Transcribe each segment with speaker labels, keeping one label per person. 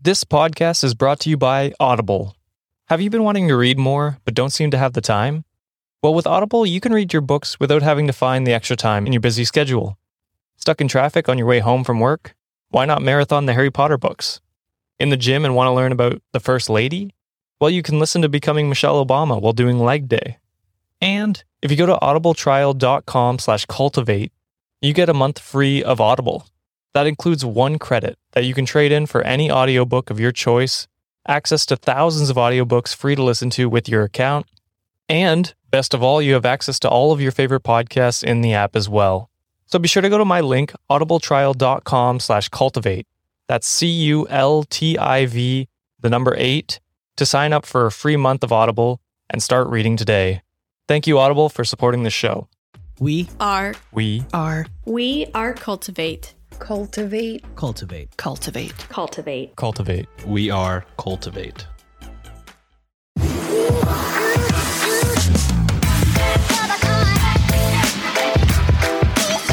Speaker 1: This podcast is brought to you by Audible. Have you been wanting to read more, but don't seem to have the time? Well, with Audible, you can read your books without having to find the extra time in your busy schedule. Stuck in traffic on your way home from work? Why not marathon the Harry Potter books? In the gym and want to learn about the First Lady? Well, you can listen to Becoming Michelle Obama while doing leg day. And if you go to audibletrial.com slash cultivate, you get a month free of Audible. That includes one credit that you can trade in for any audiobook of your choice, access to thousands of audiobooks free to listen to with your account, and best of all, you have access to all of your favorite podcasts in the app as well. So be sure to go to my link, audibletrial.com slash cultivate. That's C-U-L-T-I-V, the number eight, to sign up for a free month of Audible and start reading today. Thank you, Audible, for supporting the show.
Speaker 2: We
Speaker 3: are
Speaker 1: We
Speaker 2: are
Speaker 3: we are cultivate
Speaker 4: Cultivate.
Speaker 2: cultivate.
Speaker 4: Cultivate.
Speaker 3: cultivate
Speaker 1: cultivate.
Speaker 5: We are Cultivate.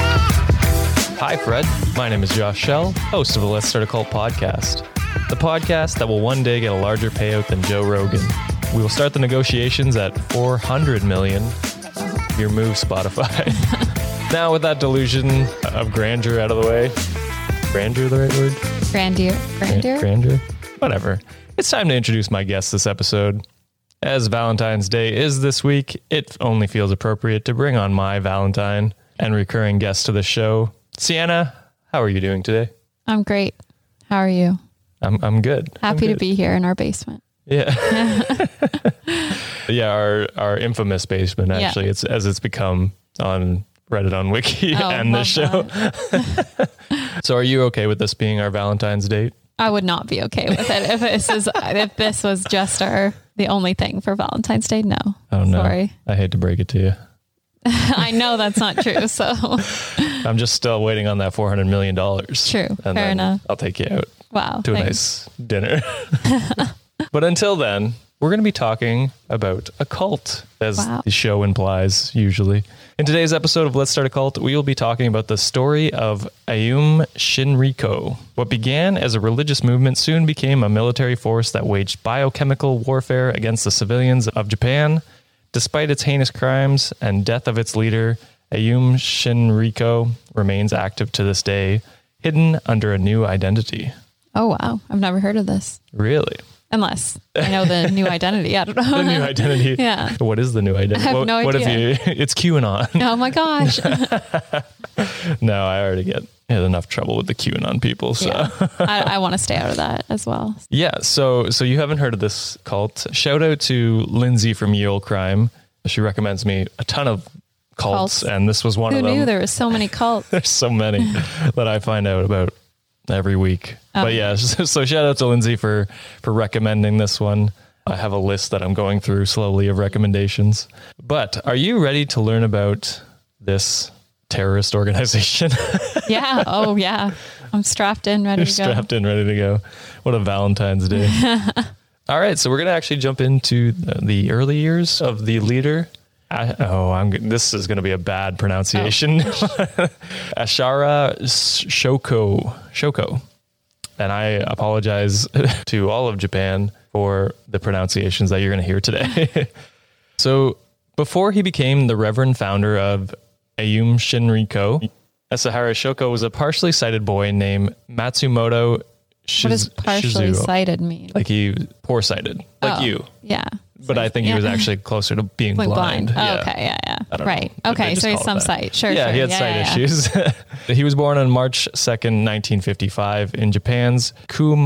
Speaker 1: Hi, Fred. My name is Josh Shell, host of the Let's Start a Cult podcast, the podcast that will one day get a larger payout than Joe Rogan. We will start the negotiations at 400 million. Your move, Spotify. now, with that delusion of grandeur out of the way, grandeur the right word?
Speaker 6: Grandeur. Grandeur?
Speaker 1: Grandeur? Whatever. It's time to introduce my guest this episode. As Valentine's Day is this week, it only feels appropriate to bring on my Valentine and recurring guest to the show. Sienna, how are you doing today?
Speaker 6: I'm great. How are you?
Speaker 1: I'm, I'm good. I'm
Speaker 6: Happy to
Speaker 1: good.
Speaker 6: be here in our basement.
Speaker 1: Yeah. yeah, our our infamous basement
Speaker 6: Yeah.
Speaker 1: actually. It's as it's become on Reddit on Wiki
Speaker 6: Oh,
Speaker 1: and the
Speaker 6: love
Speaker 1: show. so are you okay with this being our Valentine's date?
Speaker 6: I would not be okay with it if this is if this was just our the only thing for Valentine's Day. No.
Speaker 1: Oh no.
Speaker 6: Sorry.
Speaker 1: I hate to break it to you.
Speaker 6: I know that's not true. So
Speaker 1: I'm just still waiting on that four hundred million dollars.
Speaker 6: True. Fair enough.
Speaker 1: I'll take you out
Speaker 6: wow.
Speaker 1: to a
Speaker 6: thanks.
Speaker 1: nice dinner. but until then, we're going to be talking about a cult, as
Speaker 6: Wow.
Speaker 1: the show implies usually. In today's episode of Let's Start a Cult, we will be talking about the story of Ayum Shinriko. What began as a religious movement soon became a military force that waged biochemical warfare against the civilians of Japan. Despite its heinous crimes and death of its leader, Ayum Shinriko remains active to this day, hidden under a new identity.
Speaker 6: Oh wow. I've never heard of this.
Speaker 1: Really?
Speaker 6: Unless I know the new identity. I don't know.
Speaker 1: The new identity.
Speaker 6: Uh-huh. Yeah.
Speaker 1: What is the new identity?
Speaker 6: have
Speaker 1: what,
Speaker 6: no
Speaker 1: what if
Speaker 6: idea.
Speaker 1: you? It's QAnon.
Speaker 6: oh my gosh.
Speaker 1: no, I already get had enough trouble with the QAnon people. So yeah.
Speaker 6: Yeah. I, I want to stay out of that as well.
Speaker 1: So so you haven't heard of this cult? Shout out to Lindsay from Yule Crime. She recommends me a ton of cults,
Speaker 6: Cults.
Speaker 1: and this was one
Speaker 6: Who
Speaker 1: of them.
Speaker 6: knew there was so many cults?
Speaker 1: There's so many that I find out about every week. But yeah, so, so shout out to Lindsay for for recommending this one. I have a list that I'm going through slowly of recommendations. But are you ready to learn about this terrorist organization?
Speaker 6: Yeah. Oh yeah. I'm strapped in, ready
Speaker 1: You're
Speaker 6: to go.
Speaker 1: strapped in, ready to go. What a Valentine's Day. All right, so we're going to actually jump into the, the early years of the leader. I, oh, I'm g- this is going to be a bad pronunciation.
Speaker 6: Oh.
Speaker 1: Ashara S- Shoko Shoko. And I apologize to all of Japan for the pronunciations that you're going to hear today. so, before he became the reverend founder of Ayum Shinriko, Asahara Shoko was a partially sighted boy named Matsumoto Shiz-
Speaker 6: What does partially
Speaker 1: Shizuo.
Speaker 6: sighted mean?
Speaker 1: Like he poor sighted, like
Speaker 6: Oh,
Speaker 1: you.
Speaker 6: Yeah.
Speaker 1: But I think he
Speaker 6: yeah.
Speaker 1: was actually closer to being
Speaker 6: Like
Speaker 1: blind.
Speaker 6: blind.
Speaker 1: Yeah.
Speaker 6: Oh, okay. Yeah. Yeah.
Speaker 1: don't
Speaker 6: Right.
Speaker 1: know. They
Speaker 6: Okay.
Speaker 1: just
Speaker 6: So he's
Speaker 1: call it
Speaker 6: some
Speaker 1: that.
Speaker 6: sight. Sure.
Speaker 1: yeah,
Speaker 6: sure.
Speaker 1: he had sight
Speaker 6: yeah, yeah.
Speaker 1: issues. he was born on March 2nd, 1955, in Japan's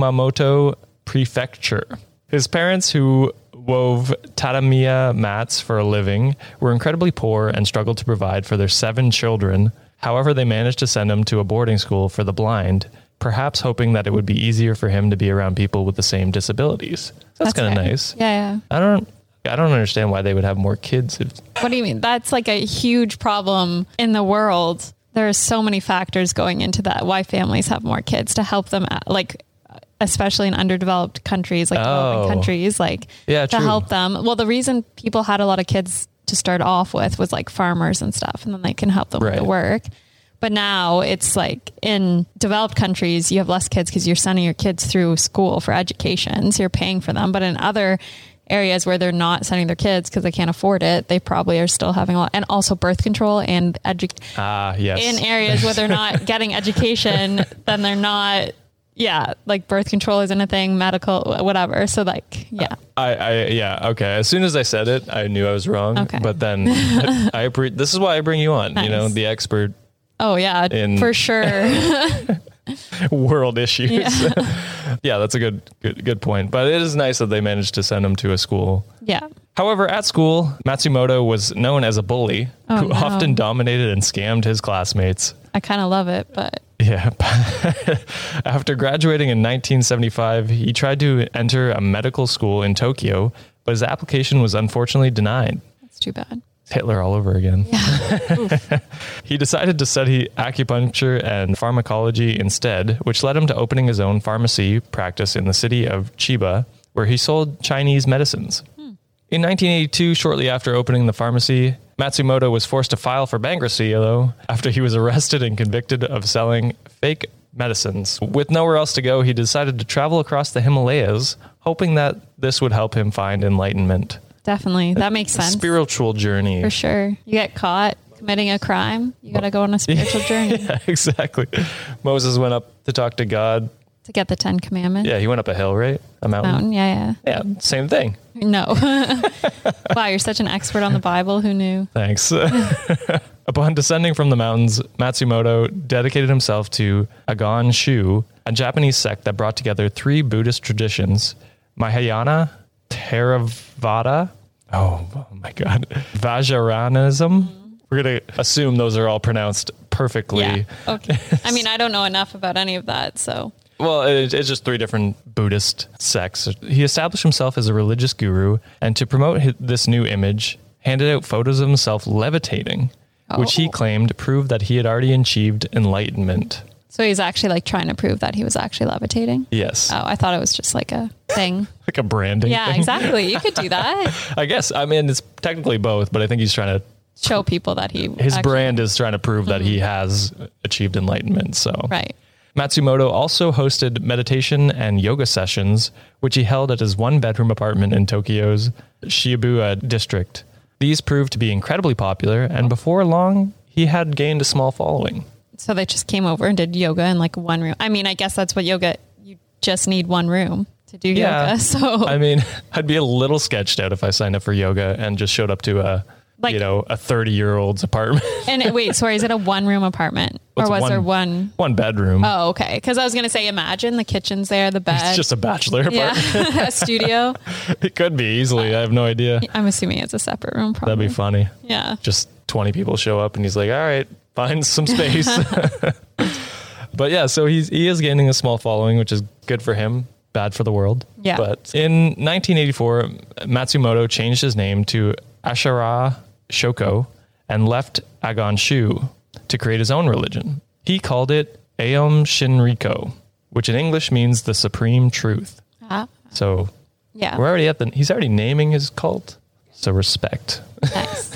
Speaker 1: Kumamoto Prefecture. His parents, who wove tatamiya mats for a living, were incredibly poor and struggled to provide for their seven children. However, they managed to send him to a boarding school for the blind, perhaps hoping that it would be easier for him to be around people with the same disabilities. That's, kind of
Speaker 6: fair.
Speaker 1: nice.
Speaker 6: Yeah,
Speaker 1: I don't. I don't understand why they would have more kids if
Speaker 6: yeah. What do you mean? That's like a huge problem in the world. There are so many factors going into that. Why families have more kids to help them, out, like uh, especially in underdeveloped countries, like
Speaker 1: Oh.
Speaker 6: developing countries, like
Speaker 1: Yeah,
Speaker 6: to
Speaker 1: true.
Speaker 6: help them. Well, the reason people had a lot of kids to start off with was like farmers and stuff, and then they can help them
Speaker 1: Right.
Speaker 6: with the work. But now it's like in developed countries, you have less kids because you're sending your kids through school for education. So you're paying for them. But in other areas where they're not sending their kids because they can't afford it, they probably are still having a lot. And also birth control and edu-
Speaker 1: Ah, yes.
Speaker 6: in areas where they're not getting education, then they're not. Yeah, like birth control isn't a thing, medical, whatever. So like, yeah,
Speaker 1: I, I yeah okay. As soon as I said it, I knew I was wrong.
Speaker 6: Okay.
Speaker 1: But then I, I appre- this is why I bring you on. You know,
Speaker 6: Nice.
Speaker 1: the expert
Speaker 6: oh yeah,
Speaker 1: In-
Speaker 6: for sure.
Speaker 1: world issues. Yeah. that's a good good good point. But it is nice that they managed to send him to a school.
Speaker 6: yeah,
Speaker 1: However, at school, Matsumoto was known as a bully who
Speaker 6: Oh, no.
Speaker 1: often dominated and scammed his classmates.
Speaker 6: I kind of love it, but
Speaker 1: Yeah. After graduating in 1975, he tried to enter a medical school in Tokyo, but his application was unfortunately denied.
Speaker 6: it's too bad.
Speaker 1: It's Hitler all over again. he decided to study acupuncture and pharmacology instead, which led him to opening his own pharmacy practice in the city of Chiba, where he sold Chinese medicines. In 1982, shortly after opening the pharmacy, Matsumoto was forced to file for bankruptcy, though, after he was arrested and convicted of selling fake medicines. With nowhere else to go, he decided to travel across the Himalayas, hoping that this would help him find enlightenment.
Speaker 6: Definitely, that makes
Speaker 1: A
Speaker 6: sense
Speaker 1: spiritual journey.
Speaker 6: for sure. You get caught committing a crime, you got to go on a spiritual journey
Speaker 1: exactly. Moses went up to talk to God.
Speaker 6: to get the Ten Commandments.
Speaker 1: Yeah, he went up a hill, right? A mountain.
Speaker 6: Mountain, yeah,
Speaker 1: Yeah, same thing.
Speaker 6: yeah. No, wow, you're such an expert on the Bible. Who knew?
Speaker 1: Thanks. Upon descending from the mountains, Matsumoto dedicated himself to Agon Shu, a Japanese sect that brought together three Buddhist traditions Mahayana, Theravada, oh, oh my God, Vajrayanism. We're going to assume those are all pronounced perfectly.
Speaker 6: Mm-hmm. Yeah. Okay. I mean, I don't know enough about any of that, so
Speaker 1: Well, it, it's just three different Buddhist sects. He established himself as a religious guru, and to promote hi this new image, handed out photos of himself levitating, which he
Speaker 6: Oh.
Speaker 1: claimed proved that he had already achieved enlightenment.
Speaker 6: So he's actually like trying to prove that he was actually levitating.
Speaker 1: Yes,
Speaker 6: Oh, I thought it was just like a thing.
Speaker 1: like a branding.
Speaker 6: Yeah,
Speaker 1: thing.
Speaker 6: exactly. You could do that.
Speaker 1: I guess. I mean, it's technically both, but I think he's trying to.
Speaker 6: Show people that he
Speaker 1: His
Speaker 6: actually- Mm-hmm.
Speaker 1: brand is trying to prove that he has achieved enlightenment. So
Speaker 6: Right.
Speaker 1: Matsumoto also hosted meditation and yoga sessions, which he held at his one bedroom apartment in Tokyo's Shibuya district. These proved to be incredibly popular, and before long, he had gained a small following.
Speaker 6: So they just came over and did yoga in like one room. I mean, I guess that's what yoga. You just need one room to do yoga. So
Speaker 1: I mean, I'd be a little sketched out if I signed up for yoga and just showed up to a,
Speaker 6: Like-
Speaker 1: you know, a 30 year old's apartment.
Speaker 6: and it- wait, sorry, is it a one room apartment or
Speaker 1: It's
Speaker 6: was there one?
Speaker 1: One bedroom.
Speaker 6: Oh, okay. Because I was gonna say, imagine the kitchen's there, the bed,
Speaker 1: It's just a bachelor apartment.
Speaker 6: yeah, a studio.
Speaker 1: It could be easily. I have no idea.
Speaker 6: I'm assuming it's a separate room. Probably.
Speaker 1: That'd be funny.
Speaker 6: yeah.
Speaker 1: just 20 people show up and he's like all right find some space but yeah so he's he is gaining a small following which is good for him bad for the world
Speaker 6: Yeah.
Speaker 1: but in 1984 matsumoto changed his name to ashara shoko and left agon shu to create his own religion he called it aom shinriko which in english means the supreme truth
Speaker 6: Ah,
Speaker 1: so
Speaker 6: yeah.
Speaker 1: we're already at the he's already naming his cult so respect
Speaker 6: Nice.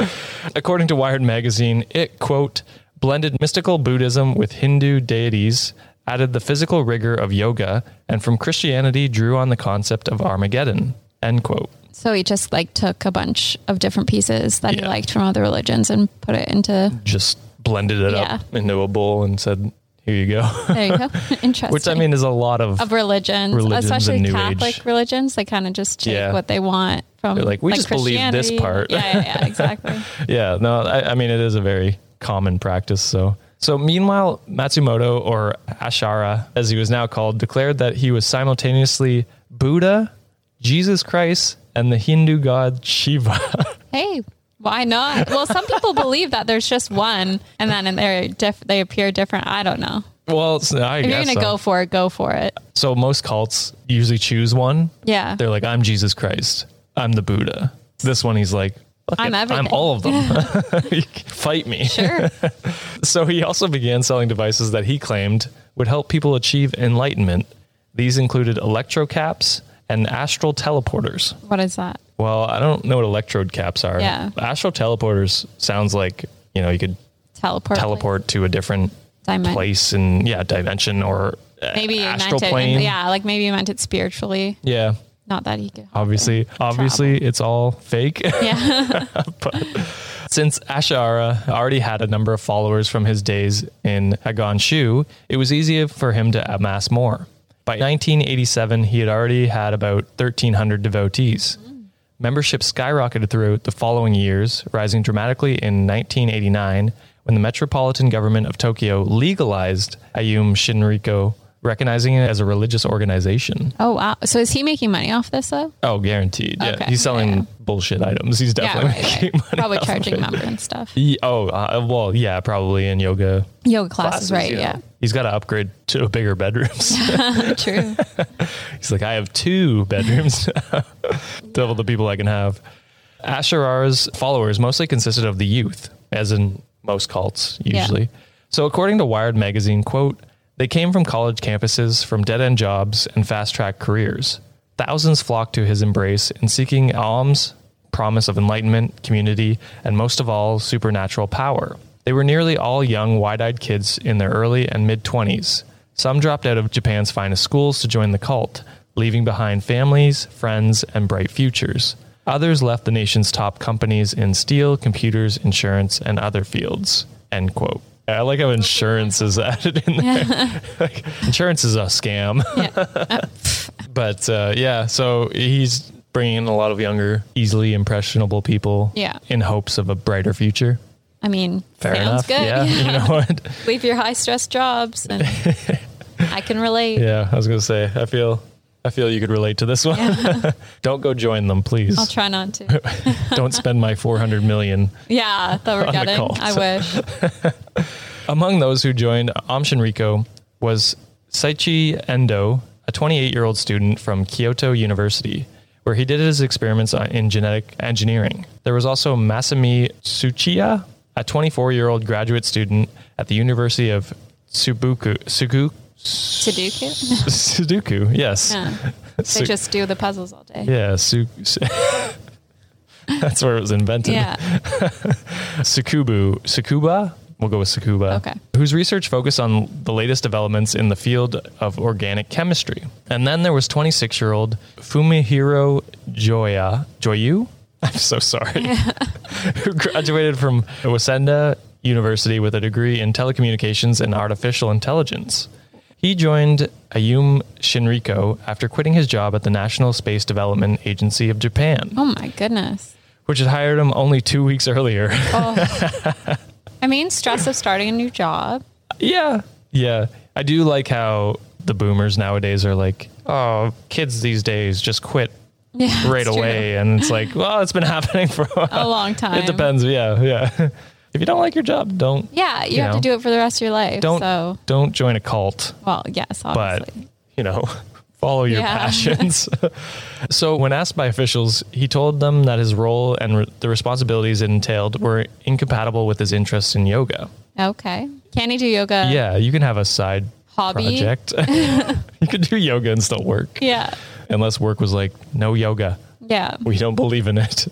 Speaker 1: According to Wired magazine, it quote blended mystical Buddhism with Hindu deities, added the physical rigor of yoga, and from Christianity drew on the concept of Armageddon. End quote.
Speaker 6: So he just like took a bunch of different pieces that he
Speaker 1: Yeah.
Speaker 6: liked from other religions and put it into.
Speaker 1: Just blended it up
Speaker 6: Yeah.
Speaker 1: into a bowl and said, "Here you go."
Speaker 6: There you go. Interesting.
Speaker 1: Which I mean is a lot of,
Speaker 6: of religions,
Speaker 1: religions
Speaker 6: especially
Speaker 1: and New
Speaker 6: Catholic
Speaker 1: Age. religions,
Speaker 6: religions, they kind of just take
Speaker 1: Yeah. what
Speaker 6: what they want from.
Speaker 1: They're like, we like, just believe this Christianity. part.
Speaker 6: Yeah, yeah, yeah exactly.
Speaker 1: yeah. No, I, I mean it is a very common practice. So. So, meanwhile, Matsumoto, or Ashara, as he was now called, declared that he was simultaneously Buddha, Jesus Christ, and the Hindu god Shiva.
Speaker 6: hey, why not? Well, some people believe that there's just one, and then and they're diff- they appear different. I don't know.
Speaker 1: Well, it's- I
Speaker 6: If you're
Speaker 1: guess
Speaker 6: gonna
Speaker 1: so.
Speaker 6: go for it, go for it.
Speaker 1: so most cults usually choose one.
Speaker 6: Yeah.
Speaker 1: They're like, I'm Jesus Christ. I'm the Buddha. This one, he's like, "Fuck
Speaker 6: I'm
Speaker 1: it,
Speaker 6: everything."
Speaker 1: I'm all of them. Fight me.
Speaker 6: Sure.
Speaker 1: So he also began selling devices that he claimed would help people achieve enlightenment. These included electro caps and astral teleporters.
Speaker 6: what is that?
Speaker 1: Well, I don't know what electrode caps are.
Speaker 6: Yeah.
Speaker 1: Astral teleporters sounds like, you know, you could
Speaker 6: Teleport.
Speaker 1: teleport to a different
Speaker 6: Dimen-
Speaker 1: place and yeah, dimension or uh,
Speaker 6: Maybe you
Speaker 1: astral
Speaker 6: meant it.
Speaker 1: plane.
Speaker 6: Yeah, like maybe you meant it spiritually.
Speaker 1: Yeah.
Speaker 6: Not that he could.
Speaker 1: Obviously, obviously, it's all fake.
Speaker 6: Yeah.
Speaker 1: Since Ashara already had a number of followers from his days in Agon Shu, it was easier for him to amass more. By 1987, he had already had about 1,300 devotees. Membership skyrocketed throughout the following years, rising dramatically in 1989 when the metropolitan government of Tokyo legalized Ayum Shinriko, recognizing it as a religious organization.
Speaker 6: oh wow. So is he making money off this though?
Speaker 1: Oh, guaranteed. Yeah,
Speaker 6: Okay.
Speaker 1: he's selling
Speaker 6: Yeah.
Speaker 1: bullshit items. He's definitely
Speaker 6: yeah, right,
Speaker 1: making
Speaker 6: right.
Speaker 1: money.
Speaker 6: Probably
Speaker 1: off of
Speaker 6: charging
Speaker 1: it.
Speaker 6: member and stuff.
Speaker 1: Ye- Oh, uh, well, yeah, probably in yoga
Speaker 6: Yoga classes,
Speaker 1: classes.
Speaker 6: right?
Speaker 1: you know.
Speaker 6: Yeah.
Speaker 1: He's got to upgrade to bigger bedrooms.
Speaker 6: True.
Speaker 1: He's like, I have two bedrooms, double the people I can have. Asherar's followers mostly consisted of the youth, as in most cults usually. So, according to Wired magazine, quote, they came from college campuses, from dead end jobs, and fast track careers. Thousands flocked to his embrace in seeking alms, promise of enlightenment, community, and most of all, supernatural power. They were nearly all young, wide eyed kids in their early and mid 20s. Some dropped out of Japan's finest schools to join the cult, leaving behind families, friends, and bright futures. Others left the nation's top companies in steel, computers, insurance, and other fields. End quote. I like how insurance is added in there. like, insurance is a scam. but uh, yeah, so he's bringing in a lot of younger, easily impressionable people
Speaker 6: Yeah.
Speaker 1: in hopes of a brighter future.
Speaker 6: I mean,
Speaker 1: Fair enough.
Speaker 6: sounds good.
Speaker 1: Yeah, you know what?
Speaker 6: Leave your high stress jobs, and I can relate.
Speaker 1: Yeah, I was gonna say. I feel, I feel you could relate to this one. Don't go join them, please.
Speaker 6: I'll try not to.
Speaker 1: Don't spend my four hundred million.
Speaker 6: Yeah, that we're
Speaker 1: On the
Speaker 6: getting.
Speaker 1: cult.
Speaker 6: I wish.
Speaker 1: Among those who joined Amshinriko was Saichi Endo, a 28-year-old student from Kyoto University, where he did his experiments on- in genetic engineering. There was also Masami Tsuchiya, a 24-year-old graduate student at the University of Tsubuku, Suku,
Speaker 6: Sudoku.
Speaker 1: Sudoku. Yes.
Speaker 6: Yeah. They
Speaker 1: Su-
Speaker 6: just do the puzzles all day.
Speaker 1: Yeah, su- su- that's where it was invented.
Speaker 6: Yeah.
Speaker 1: Sukubu, Sukuba. We'll go with Sukuba.
Speaker 6: Okay.
Speaker 1: Whose research focused on the latest developments in the field of organic chemistry. And then there was 26-year-old Fumihiro Joya, Joyu. I'm so sorry. who graduated from Waseda University with a degree in telecommunications and artificial intelligence. He joined Ayum Shinriko after quitting his job at the National Space Development Agency of Japan,
Speaker 6: Oh my goodness.
Speaker 1: which had hired him only two weeks earlier.
Speaker 6: I mean, stress of starting a new job.
Speaker 1: yeah. Yeah. I do like how the boomers nowadays are like, oh, kids these days just quit
Speaker 6: Yeah.
Speaker 1: right
Speaker 6: it's true.
Speaker 1: away. And it's like, well, it's been happening for a
Speaker 6: A
Speaker 1: while.
Speaker 6: long time.
Speaker 1: Uh, It depends. Yeah. Yeah. If you don't like your job, don't.
Speaker 6: Yeah, you,
Speaker 1: You
Speaker 6: have to
Speaker 1: know.
Speaker 6: do it for the rest of your life.
Speaker 1: Don't
Speaker 6: So,
Speaker 1: don't join a cult.
Speaker 6: well, yes,
Speaker 1: but
Speaker 6: obviously.
Speaker 1: you know follow your
Speaker 6: Yeah.
Speaker 1: passions so when asked by officials he told them that his role and re- the responsibilities it entailed were incompatible with his interests in yoga
Speaker 6: okay. Can you do yoga?
Speaker 1: yeah you can have a side
Speaker 6: Hobby?
Speaker 1: project you could do yoga and still work
Speaker 6: Yeah.
Speaker 1: unless work was like no yoga
Speaker 6: Yeah.
Speaker 1: we don't believe in it.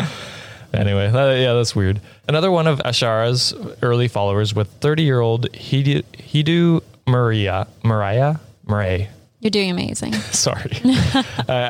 Speaker 1: anyway, that- yeah, that's weird. Another one of Ashara's early followers with 30 year old Hidu, Hidu Maria, Maria, Murray.
Speaker 6: You're doing amazing.
Speaker 1: Sorry. uh,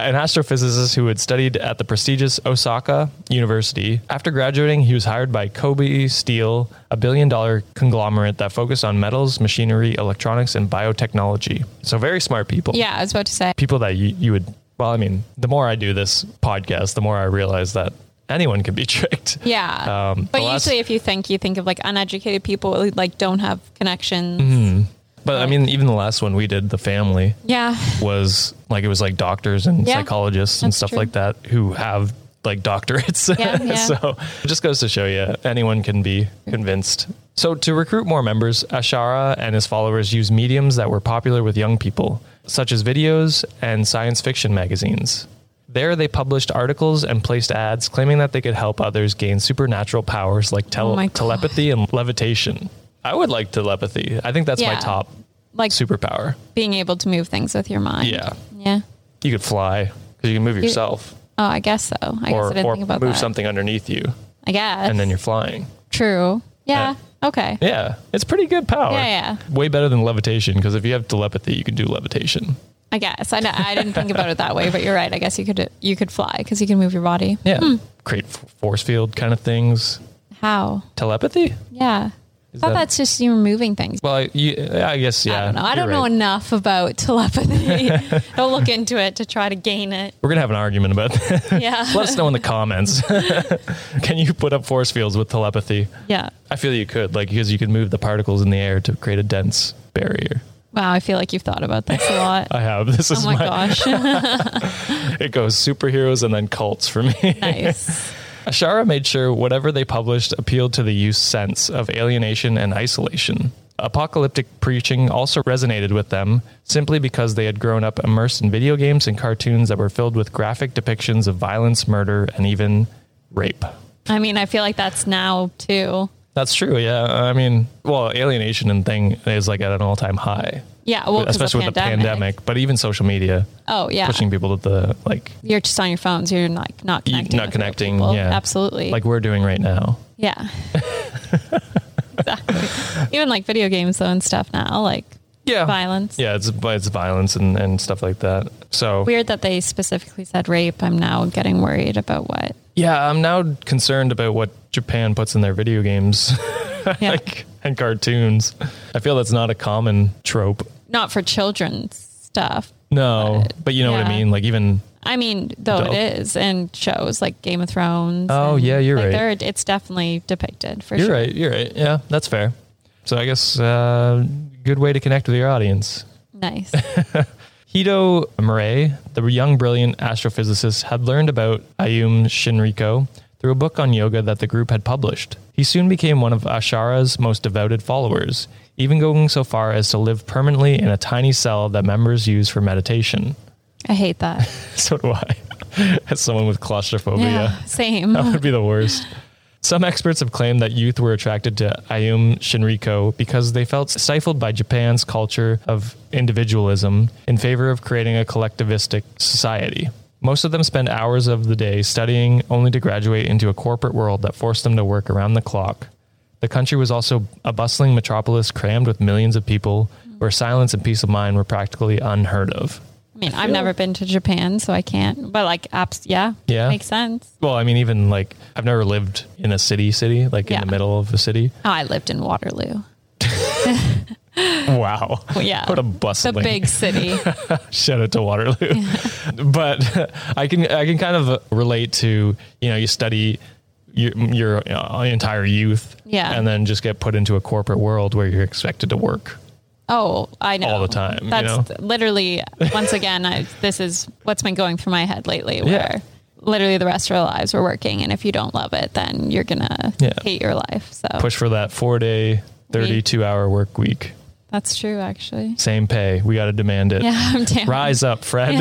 Speaker 1: an astrophysicist who had studied at the prestigious Osaka University. After graduating, he was hired by Kobe Steel, a billion dollar conglomerate that focused on metals, machinery, electronics, and biotechnology. So, very smart people
Speaker 6: yeah, I was about to say.
Speaker 1: people that you, you would well i mean the more i do this podcast the more i realize that anyone can be tricked
Speaker 6: Yeah.
Speaker 1: Um,
Speaker 6: but
Speaker 1: the last-
Speaker 6: usually, if you think, you think of like uneducated people who like don't have connections.
Speaker 1: Mm-hmm. but i mean even the last one we did the family
Speaker 6: Yeah.
Speaker 1: was like it was like doctors and
Speaker 6: Yeah,
Speaker 1: psychologists and
Speaker 6: that's
Speaker 1: stuff
Speaker 6: true.
Speaker 1: like that who have like doctorates
Speaker 6: Yeah, yeah.
Speaker 1: so it just goes to show you anyone can be convinced so to recruit more members ashara and his followers used mediums that were popular with young people such as videos and science fiction magazines there they published articles and placed ads claiming that they could help others gain supernatural powers like tele-
Speaker 6: Oh my God.
Speaker 1: telepathy and levitation i would like telepathy i think that's my
Speaker 6: Yeah.
Speaker 1: top
Speaker 6: Like
Speaker 1: superpower
Speaker 6: being able to move things with your mind.
Speaker 1: Yeah.
Speaker 6: Yeah.
Speaker 1: you could fly because you can move yourself
Speaker 6: Oh, I guess so. I guess I
Speaker 1: or,
Speaker 6: didn't
Speaker 1: or
Speaker 6: think about
Speaker 1: move
Speaker 6: that.
Speaker 1: something underneath you
Speaker 6: I guess.
Speaker 1: and then you're flying.
Speaker 6: True. Yeah. Okay.
Speaker 1: Yeah, it's pretty good power.
Speaker 6: Yeah,
Speaker 1: Way better than levitation because if you have telepathy, you can do levitation.
Speaker 6: I guess I, I didn't think about it that way, but you're right. I guess you could you could fly because you can move your body.
Speaker 1: Yeah. Create f- force field kind of things.
Speaker 6: How?
Speaker 1: Telepathy?
Speaker 6: Yeah. I thought
Speaker 1: that-
Speaker 6: that's just you moving things.
Speaker 1: Well, I, you, I guess, yeah.
Speaker 6: I don't know. I
Speaker 1: you're
Speaker 6: don't know
Speaker 1: right.
Speaker 6: enough about telepathy. don't look into it to try to gain it.
Speaker 1: We're going to have an argument about that.
Speaker 6: Yeah.
Speaker 1: Let us know in the comments. can you put up force fields with telepathy?
Speaker 6: yeah.
Speaker 1: I feel you could, like, because you could move the particles in the air to create a dense barrier.
Speaker 6: Wow. I feel like you've thought about this a lot.
Speaker 1: I have. This is
Speaker 6: oh my,
Speaker 1: my,
Speaker 6: gosh.
Speaker 1: it goes superheroes and then cults for me.
Speaker 6: nice.
Speaker 1: Ashara made sure whatever they published appealed to the youth's sense of alienation and isolation. Apocalyptic preaching also resonated with them simply because they had grown up immersed in video games and cartoons that were filled with graphic depictions of violence, murder, and even rape.
Speaker 6: I mean, I feel like that's now too.
Speaker 1: That's true, yeah. I mean, well, alienation and thing is like at an all time high,
Speaker 6: Yeah. Well, 'cause
Speaker 1: especially
Speaker 6: the
Speaker 1: with the pandemic, but even social media
Speaker 6: Oh yeah.
Speaker 1: pushing people to the like
Speaker 6: You're just on your phones. You're not not
Speaker 1: y-
Speaker 6: connecting.
Speaker 1: not
Speaker 6: with real
Speaker 1: connecting,
Speaker 6: people.
Speaker 1: yeah,
Speaker 6: Absolutely.
Speaker 1: like we're doing right now.
Speaker 6: Yeah. exactly. Even like video games though and stuff now, like
Speaker 1: Yeah,
Speaker 6: violence.
Speaker 1: Yeah, it's it's violence and, and stuff like that. So
Speaker 6: Weird that they specifically said rape. I'm now getting worried about what.
Speaker 1: yeah, I'm now concerned about what Japan puts in their video games
Speaker 6: Yeah.
Speaker 1: like, and cartoons. I feel that's not a common trope.
Speaker 6: Not for children's stuff.
Speaker 1: No, but you know what I
Speaker 6: yeah.
Speaker 1: mean. Like even
Speaker 6: I mean, though
Speaker 1: Adult.
Speaker 6: it is in shows like Game of Thrones.
Speaker 1: Oh,
Speaker 6: and,
Speaker 1: yeah, you're
Speaker 6: like,
Speaker 1: right.
Speaker 6: they're- It's definitely depicted for
Speaker 1: you're
Speaker 6: sure.
Speaker 1: right, you're right. Yeah, that's fair. So I guess uh, good way to connect with your audience.
Speaker 6: Nice.
Speaker 1: Hito Murray, the young brilliant astrophysicist, had learned about Ayum Shinriko through a book on yoga that the group had published. He soon became one of Ashara's most devoted followers, even going so far as to live permanently in a tiny cell that members use for meditation.
Speaker 6: I hate that.
Speaker 1: So do I. As someone with claustrophobia.
Speaker 6: yeah. Same.
Speaker 1: That would be the worst. Some experts have claimed that youth were attracted to Ayum Shinriko because they felt stifled by Japan's culture of individualism in favor of creating a collectivistic society. Most of them spend hours of the day studying only to graduate into a corporate world that forced them to work around the clock. The country was also a bustling metropolis crammed with millions of people where silence and peace of mind were practically unheard of.
Speaker 6: I mean, I've never been to Japan, so I can't. But like, apps, yeah,
Speaker 1: Yeah.
Speaker 6: makes sense.
Speaker 1: Well, I mean, even like I've never lived in a city, city, like
Speaker 6: Yeah.
Speaker 1: in the middle of a city.
Speaker 6: Oh, I lived in Waterloo.
Speaker 1: Wow.
Speaker 6: Well, yeah,
Speaker 1: What a
Speaker 6: the
Speaker 1: bustling
Speaker 6: big city.
Speaker 1: shout out to Waterloo. but I can I can kind of relate to you know you study your your uh, entire youth,
Speaker 6: Yeah.
Speaker 1: and then just get put into a corporate world where you're expected to work.
Speaker 6: Oh, I know.
Speaker 1: All the time, you
Speaker 6: That's
Speaker 1: know?
Speaker 6: literally, once again, I, this is what's been going through my head lately, where
Speaker 1: Yeah.
Speaker 6: literally the rest of our lives we're working. And if you don't love it, then you're going to
Speaker 1: Yeah.
Speaker 6: hate your life. So
Speaker 1: Push for that four day, thirty two hour work week,
Speaker 6: that's true, actually.
Speaker 1: same pay. We got to demand it.
Speaker 6: Yeah, I'm damn.
Speaker 1: Rise up, Fred.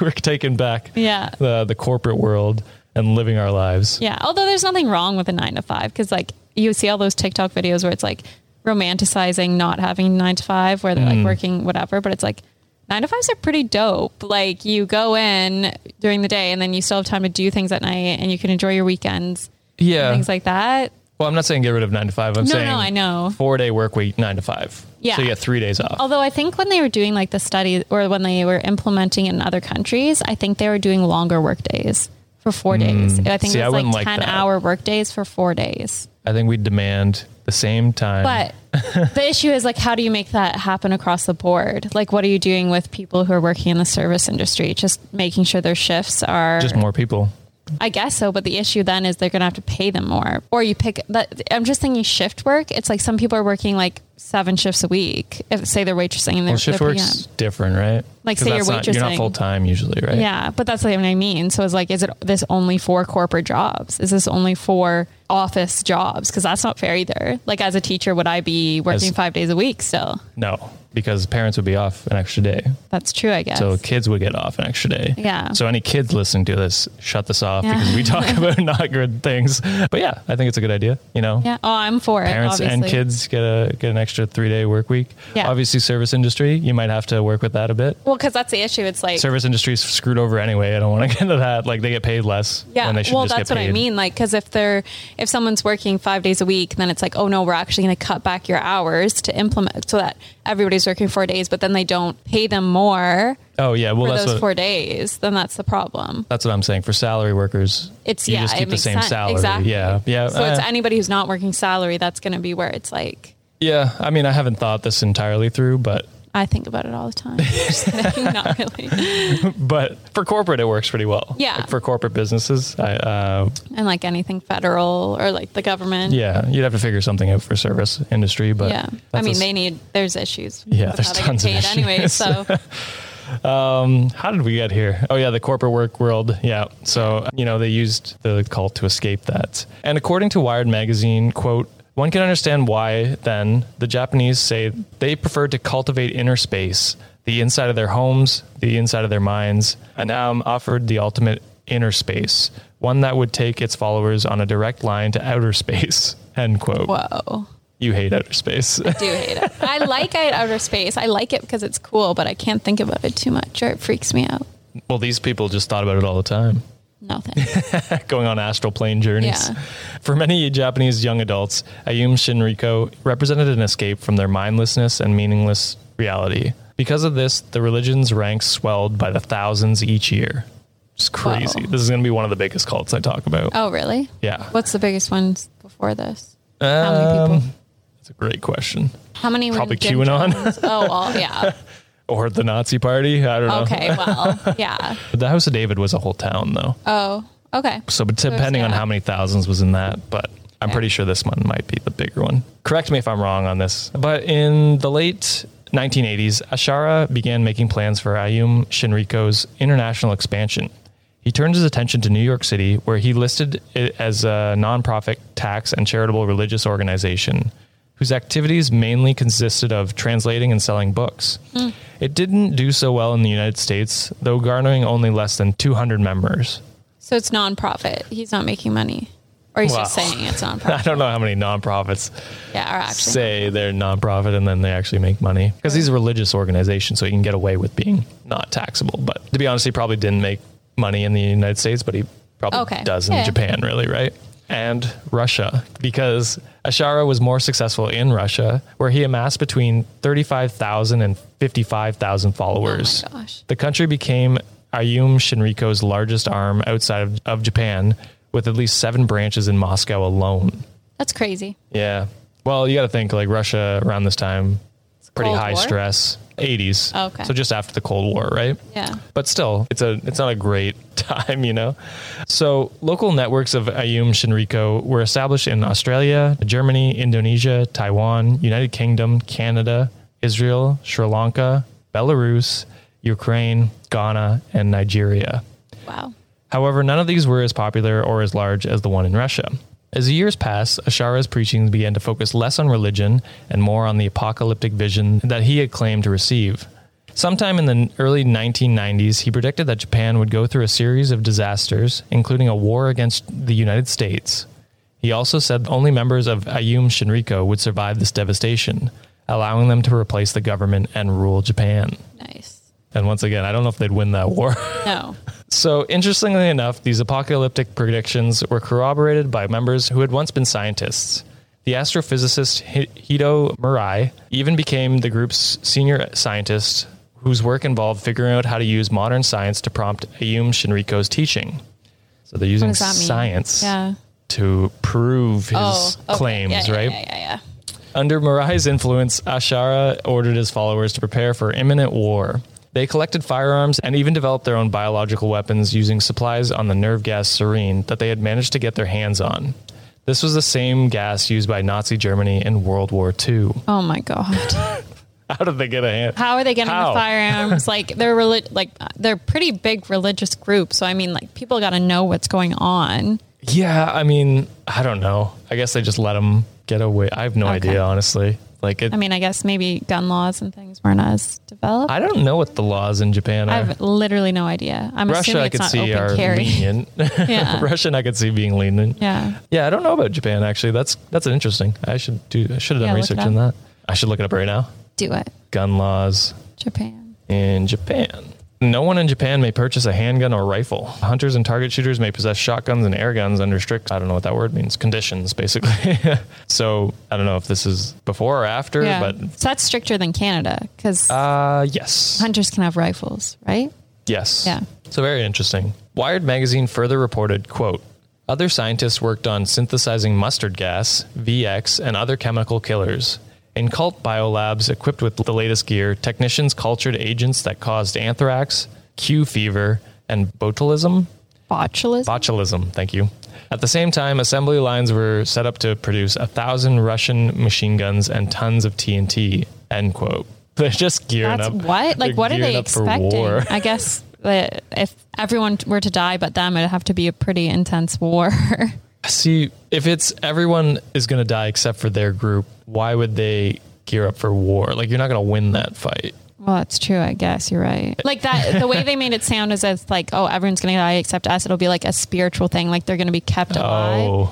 Speaker 1: We're taking back
Speaker 6: Yeah.
Speaker 1: the the corporate world and living our lives.
Speaker 6: Yeah. Although there's nothing wrong with a nine to five because, like, you see all those TikTok videos where it's like romanticizing not having nine to five, where they're
Speaker 1: Mm.
Speaker 6: like working whatever, but it's like nine to fives are pretty dope. Like, you go in during the day and then you still have time to do things at night and you can enjoy your weekends.
Speaker 1: Yeah.
Speaker 6: things like that.
Speaker 1: well, I'm not saying get rid of nine to five. I'm
Speaker 6: No,
Speaker 1: saying
Speaker 6: no, I know.
Speaker 1: four day work week, nine to five.
Speaker 6: Yeah. Oh.
Speaker 1: So you get three days off.
Speaker 6: Although I think when they were doing like the study or when they were implementing in other countries, I think they were doing longer work days for four days. I think
Speaker 1: Mm. See,
Speaker 6: it
Speaker 1: I
Speaker 6: was
Speaker 1: wouldn't
Speaker 6: like,
Speaker 1: like
Speaker 6: 10
Speaker 1: that.
Speaker 6: hour work days for four days.
Speaker 1: I think we demand the same time.
Speaker 6: But the issue is like, how do you make that happen across the board? Like, what are you doing with people who are working in the service industry? Just making sure their shifts are
Speaker 1: just more people.
Speaker 6: I guess so, but the issue then is they're going to have to pay them more. Or you pick that I'm just thinking shift work. It's like some people are working like seven shifts a week. If say they're waitressing and they're,
Speaker 1: Well, shift
Speaker 6: they're picking
Speaker 1: work's
Speaker 6: up.
Speaker 1: different, right?
Speaker 6: Like,
Speaker 1: 'Cause
Speaker 6: say
Speaker 1: that's
Speaker 6: you're
Speaker 1: not, you're not
Speaker 6: waitressing.
Speaker 1: full time usually, right?
Speaker 6: Yeah, but that's what I mean. So it's like, is it this only for corporate jobs? Is this only for office jobs? Because that's not fair either. Like as a teacher, would I be working
Speaker 1: As-
Speaker 6: five days a week still?
Speaker 1: No, because parents would be off an extra day,
Speaker 6: That's true, I guess.
Speaker 1: so kids would get off an extra day.
Speaker 6: Yeah.
Speaker 1: So any kids listening to this, shut this off
Speaker 6: Yeah.
Speaker 1: because we talk about not good things. But yeah, I think it's a good idea. You know,
Speaker 6: yeah. Oh, I'm for it.
Speaker 1: parents and
Speaker 6: obviously.
Speaker 1: kids get a get an extra three day work week.
Speaker 6: Yeah.
Speaker 1: Obviously, service industry, you might have to work with that a bit.
Speaker 6: Well, because that's the issue. It's like
Speaker 1: Service industry's screwed over anyway. I don't want to get into that. Like they get paid less
Speaker 6: Yeah.
Speaker 1: when they should
Speaker 6: Well,
Speaker 1: just
Speaker 6: that's
Speaker 1: get
Speaker 6: what
Speaker 1: paid.
Speaker 6: I mean. Like, because if they're if someone's working five days a week, then it's like, oh no, we're actually going to cut back your hours to implement so that everybody's working four days, but then they don't pay them more
Speaker 1: Oh yeah, well
Speaker 6: for
Speaker 1: that's
Speaker 6: those
Speaker 1: what
Speaker 6: four days. Then that's the problem.
Speaker 1: that's what I'm saying. For salary workers,
Speaker 6: It's
Speaker 1: you
Speaker 6: yeah,
Speaker 1: just
Speaker 6: it
Speaker 1: keep the
Speaker 6: makes
Speaker 1: same
Speaker 6: sense.
Speaker 1: salary.
Speaker 6: Exactly.
Speaker 1: Yeah, yeah.
Speaker 6: So it's
Speaker 1: eh.
Speaker 6: anybody who's not working salary that's going to be where it's like.
Speaker 1: yeah. I mean, I haven't thought this entirely through, but
Speaker 6: I think about it all the time. Just kidding, not really.
Speaker 1: but for corporate, it works pretty well.
Speaker 6: Yeah.
Speaker 1: Like, for corporate businesses, I, uh,
Speaker 6: And like anything federal or like the government.
Speaker 1: yeah, you'd have to figure something out for service industry, but
Speaker 6: yeah. I
Speaker 1: that's
Speaker 6: mean,
Speaker 1: a s-
Speaker 6: they need, there's issues.
Speaker 1: Yeah,
Speaker 6: with
Speaker 1: there's
Speaker 6: how they get
Speaker 1: tons of
Speaker 6: paid Anyway,
Speaker 1: issues.
Speaker 6: so
Speaker 1: How did we get here? Oh yeah, the corporate work world. Yeah. So, you know, they used the cult to escape that. And according to Wired magazine, quote, one can understand why then the Japanese say they prefer to cultivate inner space, the inside of their homes, the inside of their minds, and Am offered the ultimate inner space, one that would take its followers on a direct line to outer space. End quote.
Speaker 6: whoa.
Speaker 1: You hate outer space.
Speaker 6: do hate it. I like it outer space. I like it because it's cool, but I can't think about it too much or it freaks me out.
Speaker 1: well, these people just thought about it all the time.
Speaker 6: No thanks.
Speaker 1: going on astral plane journeys.
Speaker 6: Yeah.
Speaker 1: For many Japanese young adults, Ayum Shinriko represented an escape from their mindlessness and meaningless reality. Because of this, the religion's ranks swelled by the thousands each year. It's crazy.
Speaker 6: Wow.
Speaker 1: This is going to be one of the biggest cults I talk about.
Speaker 6: Oh, really?
Speaker 1: Yeah.
Speaker 6: What's the biggest ones before this? How many people?
Speaker 1: Um, That's a great question.
Speaker 6: How many? were
Speaker 1: probably
Speaker 6: Jim
Speaker 1: QAnon.
Speaker 6: Jones? Oh, well, yeah.
Speaker 1: Or the Nazi party. I don't know.
Speaker 6: Okay, well, yeah.
Speaker 1: The House of David was a whole town, though.
Speaker 6: Oh, okay.
Speaker 1: So but depending on
Speaker 6: yeah.
Speaker 1: how many thousands was in that, but I'm pretty sure this one might be the bigger one. Correct me if I'm wrong on this, but in the late 1980s, Ashara began making plans for Ayum Shinriko's international expansion. He turned his attention to New York City, where he listed it as a nonprofit tax and charitable religious organization whose activities mainly consisted of translating and selling books. It didn't do so well in the United States, though garnering only less than 200 members.
Speaker 6: So it's nonprofit. He's not making money, or he's just
Speaker 1: Wow.
Speaker 6: saying it's
Speaker 1: I
Speaker 6: nonprofit.
Speaker 1: don't know how many nonprofits
Speaker 6: yeah, or actually,
Speaker 1: say they're nonprofit and then they actually make money because these are religious organizations, so you can get away with being not taxable. But to be honest, he probably didn't make money in the United States, but he probably
Speaker 6: Okay.
Speaker 1: does in
Speaker 6: Yeah.
Speaker 1: Japan, really, right? And Russia, because Ashara was more successful in Russia, where he amassed between 35,000 and 55,000 followers.
Speaker 6: Oh gosh.
Speaker 1: The country became Ayum Shinriko's largest arm outside of, of Japan, with at least seven branches in Moscow alone.
Speaker 6: that's crazy.
Speaker 1: Yeah. Well, you got to think like Russia around this time, pretty
Speaker 6: Cold
Speaker 1: high
Speaker 6: War? Oh,
Speaker 1: stress, 80s.
Speaker 6: Okay.
Speaker 1: So just after the Cold War, right?
Speaker 6: Yeah.
Speaker 1: But still, it's a it's not a great time, you know. So local networks of Ayum Shinriko were established in Australia, Germany, Indonesia, Taiwan, United Kingdom, Canada, Israel, Sri Lanka, Belarus, Ukraine, Ghana, and Nigeria.
Speaker 6: Wow.
Speaker 1: However, none of these were as popular or as large as the one in Russia. As the years passed, Ashara's preachings began to focus less on religion and more on the apocalyptic vision that he had claimed to receive. Sometime in the early 1990s, he predicted that Japan would go through a series of disasters, including a war against the United States. He also said only members of Ayum Shinriko would survive this devastation, allowing them to replace the government and rule Japan.
Speaker 6: Nice.
Speaker 1: And once again, I don't know if they'd win that war.
Speaker 6: No.
Speaker 1: So, interestingly enough, these apocalyptic predictions were corroborated by members who had once been scientists. The astrophysicist Hi- Hito Murai even became the group's senior scientist, whose work involved figuring out how to use modern science to prompt Ayum Shinriko's teaching. So they're using
Speaker 6: does that mean?
Speaker 1: science
Speaker 6: Yeah.
Speaker 1: to prove his
Speaker 6: Oh, okay.
Speaker 1: claims,
Speaker 6: Yeah, yeah,
Speaker 1: right?
Speaker 6: Yeah, yeah, yeah.
Speaker 1: Under Marai's influence, Ashara ordered his followers to prepare for imminent war. They collected firearms and even developed their own biological weapons using supplies on the nerve gas serine that they had managed to get their hands on. This was the same gas used by Nazi Germany in World War II.
Speaker 6: Oh my god.
Speaker 1: How did they get a hand?
Speaker 6: How are they getting
Speaker 1: How?
Speaker 6: the firearms? like they're reli- like uh, they're pretty big religious group. So I mean, like people got to know what's going on.
Speaker 1: Yeah, I mean, I don't know. I guess they just let them get away. I have no
Speaker 6: Okay.
Speaker 1: idea, honestly. Like, it,
Speaker 6: I mean, I guess maybe gun laws and things weren't as developed.
Speaker 1: I don't know what the laws in Japan
Speaker 6: I
Speaker 1: are.
Speaker 6: have literally no idea. I'm
Speaker 1: Russia,
Speaker 6: assuming
Speaker 1: I
Speaker 6: it's
Speaker 1: could
Speaker 6: not
Speaker 1: see are
Speaker 6: open carry.
Speaker 1: lenient.
Speaker 6: Yeah.
Speaker 1: Russian, I could see being lenient.
Speaker 6: Yeah.
Speaker 1: Yeah, I don't know about Japan actually. That's that's an interesting. I should do. I should have done
Speaker 6: Yeah, look
Speaker 1: research
Speaker 6: it
Speaker 1: on that. I should look it up right now.
Speaker 6: Do it.
Speaker 1: Gun laws
Speaker 6: Japan.
Speaker 1: in Japan. No one in Japan may purchase a handgun or rifle. Hunters and target shooters may possess shotguns and air guns under strict, I don't know what that word means, conditions, basically. so I don't know if this is before or after,
Speaker 6: Yeah.
Speaker 1: but
Speaker 6: so that's stricter than Canada because
Speaker 1: uh, yes.
Speaker 6: hunters can have rifles, right?
Speaker 1: Yes.
Speaker 6: Yeah.
Speaker 1: So very interesting. Wired magazine further reported, quote, other scientists worked on synthesizing mustard gas, VX, and other chemical killers. In cult biolabs equipped with the latest gear, technicians cultured agents that caused anthrax, Q fever, and botulism.
Speaker 6: Botulism.
Speaker 1: Botulism, thank you. At the same time, assembly lines were set up to produce a thousand Russian machine guns and tons of TNT. End quote. They're just gearing
Speaker 6: That's
Speaker 1: up.
Speaker 6: what?
Speaker 1: They're
Speaker 6: Like, what are
Speaker 1: gearing
Speaker 6: they
Speaker 1: up for
Speaker 6: expecting?
Speaker 1: war.
Speaker 6: I guess that if everyone were to die but them, it'd have to be a pretty intense war.
Speaker 1: See, if it's everyone is going to die except for their group, why would they gear up for war? Like, you're not going to win that fight.
Speaker 6: well, that's true. I guess you're right. Like that, the way they made it sound is as like, oh, everyone's going to die except us. It'll be like a spiritual thing. Like they're going to be kept alive.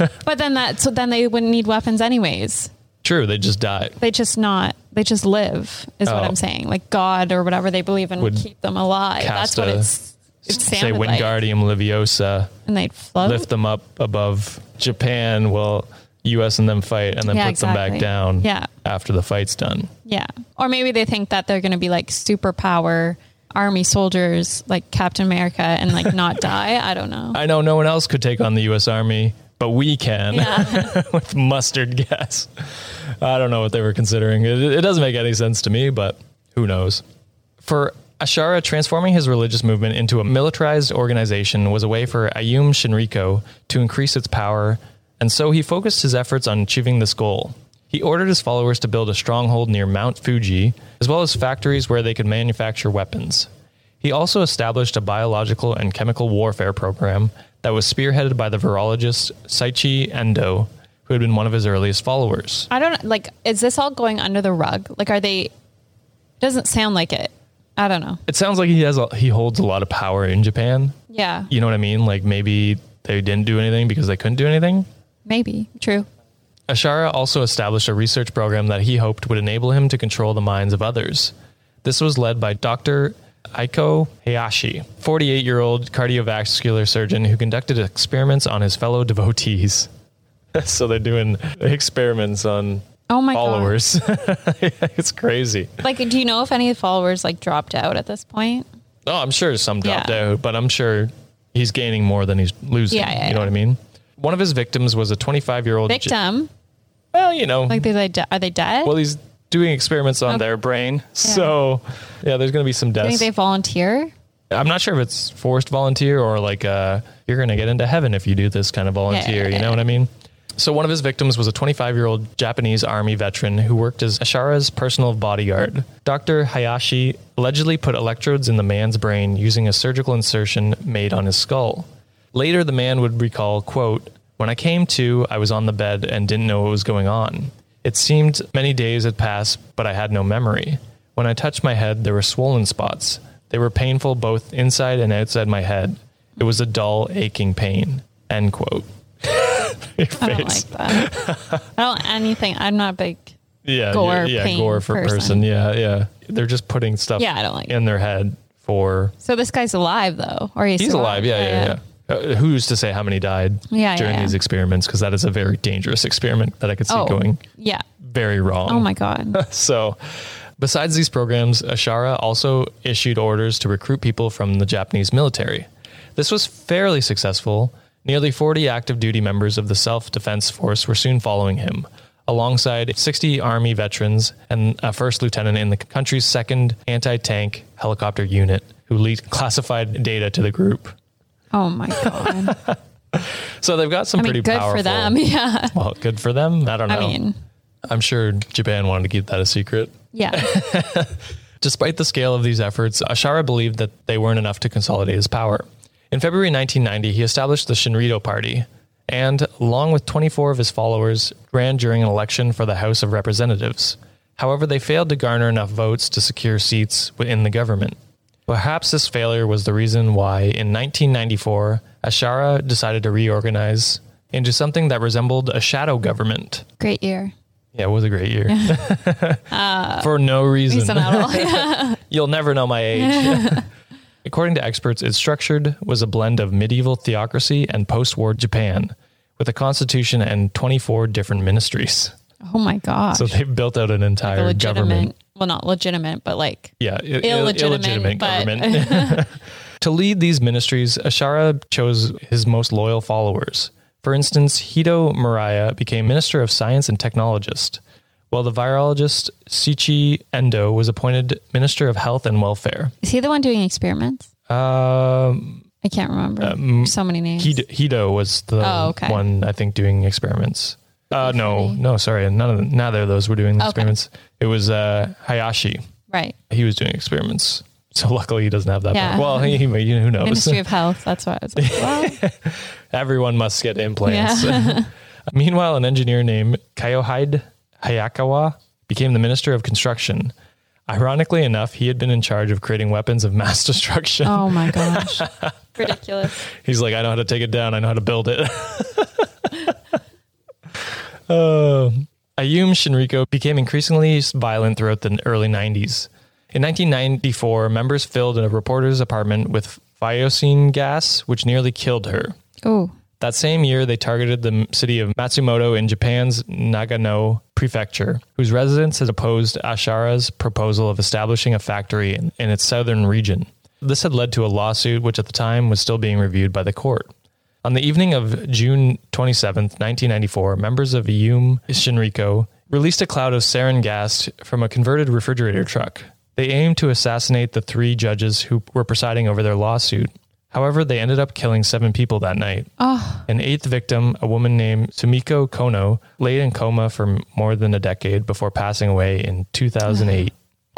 Speaker 1: Oh,
Speaker 6: But then that, so then they wouldn't need weapons anyways.
Speaker 1: true. They just died.
Speaker 6: They just not, they just live is what
Speaker 1: Oh.
Speaker 6: I'm saying. Like God or whatever they believe in would,
Speaker 1: Would
Speaker 6: keep them alive.
Speaker 1: cast
Speaker 6: That's what
Speaker 1: a-
Speaker 6: it's, it
Speaker 1: Say
Speaker 6: sounded like.
Speaker 1: Wingardium Leviosa,
Speaker 6: And they'd float.
Speaker 1: lift them up above Japan while U.S. and them fight, and then
Speaker 6: Yeah,
Speaker 1: put them
Speaker 6: exactly.
Speaker 1: back down
Speaker 6: Yeah.
Speaker 1: after the fight's done.
Speaker 6: Yeah. Or maybe they think that they're going to be like superpower army soldiers like Captain America and like not die. I don't know.
Speaker 1: I know no one else could take on the U.S. Army, but we can with mustard gas. I don't know what they were considering. It, it doesn't make any sense to me, but who knows? For Ashara, transforming his religious movement into a militarized organization was a way for Ayum Shinriko to increase its power, and so he focused his efforts on achieving this goal. He ordered his followers to build a stronghold near Mount Fuji, as well as factories where they could manufacture weapons. He also established a biological and chemical warfare program that was spearheaded by the virologist Saichi Endo, who had been one of his earliest followers.
Speaker 6: I don't like is this all going under the rug? Like are they doesn't sound like it. I don't know.
Speaker 1: It sounds like he has a, he holds a lot of power in Japan.
Speaker 6: Yeah.
Speaker 1: You know what I mean? Like maybe they didn't do anything because they couldn't do anything.
Speaker 6: Maybe. True.
Speaker 1: Ashara also established a research program that he hoped would enable him to control the minds of others. This was led by Dr. Aiko Hayashi, 48 year old cardiovascular surgeon who conducted experiments on his fellow devotees. so they're doing experiments on
Speaker 6: Oh my god.
Speaker 1: followers. it's crazy.
Speaker 6: Like do you know if any followers like dropped out at this point?
Speaker 1: Oh, I'm sure some dropped
Speaker 6: Yeah.
Speaker 1: out, but I'm sure he's gaining more than he's losing.
Speaker 6: Yeah, yeah,
Speaker 1: you know what I mean? One of his victims was a 25 year old.
Speaker 6: Victim?
Speaker 1: well, you know,
Speaker 6: Like they they di- are they dead?
Speaker 1: well, he's doing experiments on
Speaker 6: Okay.
Speaker 1: their brain. So, yeah, there's going to be some
Speaker 6: I think
Speaker 1: deaths.
Speaker 6: they volunteer.
Speaker 1: I'm not sure if it's forced volunteer or like uh, you're going to get into heaven if you do this kind of volunteer. You know what I mean? So, one of his victims was a 25 year old Japanese Army veteran who worked as Ashara's personal bodyguard. Dr. Hayashi allegedly put electrodes in the man's brain using a surgical insertion made on his skull. Later, the man would recall, quote, When I came to, I was on the bed and didn't know what was going on. It seemed many days had passed, but I had no memory. When I touched my head, there were swollen spots. They were painful both inside and outside my head. It was a dull, aching pain. End quote. Your
Speaker 6: I don't
Speaker 1: face.
Speaker 6: like that. I don't anything. I'm not big.
Speaker 1: yeah,
Speaker 6: gore
Speaker 1: yeah, yeah,
Speaker 6: pain
Speaker 1: gore for person.
Speaker 6: person.
Speaker 1: Yeah, yeah. They're just putting stuff
Speaker 6: Yeah, I don't like
Speaker 1: in their head for
Speaker 6: So this guy's alive though, or he's,
Speaker 1: He's alive. Yeah, yeah, yeah. Uh, who's to say how many died
Speaker 6: Yeah, yeah,
Speaker 1: during
Speaker 6: yeah.
Speaker 1: these experiments? Because that is a very dangerous experiment that I could see
Speaker 6: Oh,
Speaker 1: going
Speaker 6: yeah.
Speaker 1: very wrong.
Speaker 6: Oh my god.
Speaker 1: So, besides these programs, Ashara also issued orders to recruit people from the Japanese military. This was fairly successful. Nearly 40 active duty members of the Self Defense Force were soon following him, alongside 60 Army veterans and a first lieutenant in the country's second anti tank helicopter unit who leaked classified data to the group.
Speaker 6: Oh my god.
Speaker 1: So they've got some
Speaker 6: I mean,
Speaker 1: pretty
Speaker 6: good
Speaker 1: powerful.
Speaker 6: for them. Yeah.
Speaker 1: Well, good for them. I don't know.
Speaker 6: I mean,
Speaker 1: I'm sure Japan wanted to keep that a secret.
Speaker 6: yeah.
Speaker 1: Despite the scale of these efforts, Ashara believed that they weren't enough to consolidate his power. In February 1990, he established the Shinrito Party and, along with 24 of his followers, ran during an election for the House of Representatives. However, they failed to garner enough votes to secure seats within the government. Perhaps this failure was the reason why, in 1994, Ashara decided to reorganize into something that resembled a shadow government.
Speaker 6: Great year.
Speaker 1: Yeah, it was a great year. For no
Speaker 6: Uh, Reason at all. Yeah.
Speaker 1: You'll never know my age. According to experts, it's structured was a blend of medieval theocracy and post-war Japan, with a constitution and 24 different ministries.
Speaker 6: Oh my gosh.
Speaker 1: So they've built out an
Speaker 6: The
Speaker 1: entire
Speaker 6: legitimate,
Speaker 1: government.
Speaker 6: well, not legitimate, but like
Speaker 1: Yeah, i- i-
Speaker 6: Illegitimate, but-
Speaker 1: government. to lead these ministries, Ashara chose his most loyal followers. For instance, Hito Mariya became Minister of Science and Technologist, while the virologist Sichi Endo was appointed Minister of Health and Welfare.
Speaker 6: is he the one doing experiments?
Speaker 1: Um,
Speaker 6: I can't remember. so many names.
Speaker 1: Hito, Hito was the
Speaker 6: Oh, okay.
Speaker 1: one I think doing experiments. Uh, no, no, sorry, none of the, neither of those were doing the experiments. It was uh, Hayashi.
Speaker 6: right.
Speaker 1: he was doing experiments. So luckily, he doesn't have that.
Speaker 6: Yeah.
Speaker 1: back. Well, he, he, you know, who knows?
Speaker 6: Ministry of Health. That's what I was like. Well,
Speaker 1: Everyone must get implants. Meanwhile, an engineer named Kayohide Hayakawa became the minister of construction. Ironically enough, he had been in charge of creating weapons of mass destruction.
Speaker 6: oh my gosh. Ridiculous.
Speaker 1: He's like, I know how to take it down. I know how to build it. uh, Ayum Shinriko became increasingly violent throughout the early 90s. In 1994, members filled a reporter's apartment with phioxene gas, which nearly killed her.
Speaker 6: Oh,
Speaker 1: That same year, they targeted the m- city of Matsumoto in Japan's Nagano prefecture, whose residents had opposed Ashara's proposal of establishing a factory in, in its southern region. This had led to a lawsuit, which at the time was still being reviewed by the court. On the evening of June 27, 1994, members of Yum Shinriko released a cloud of sarin gas from a converted refrigerator truck. They aimed to assassinate the three judges who were presiding over their lawsuit. However, they ended up killing seven people that night. An eighth victim, a woman named Sumiko Kono, lay in coma for more than a decade before passing away in 2008.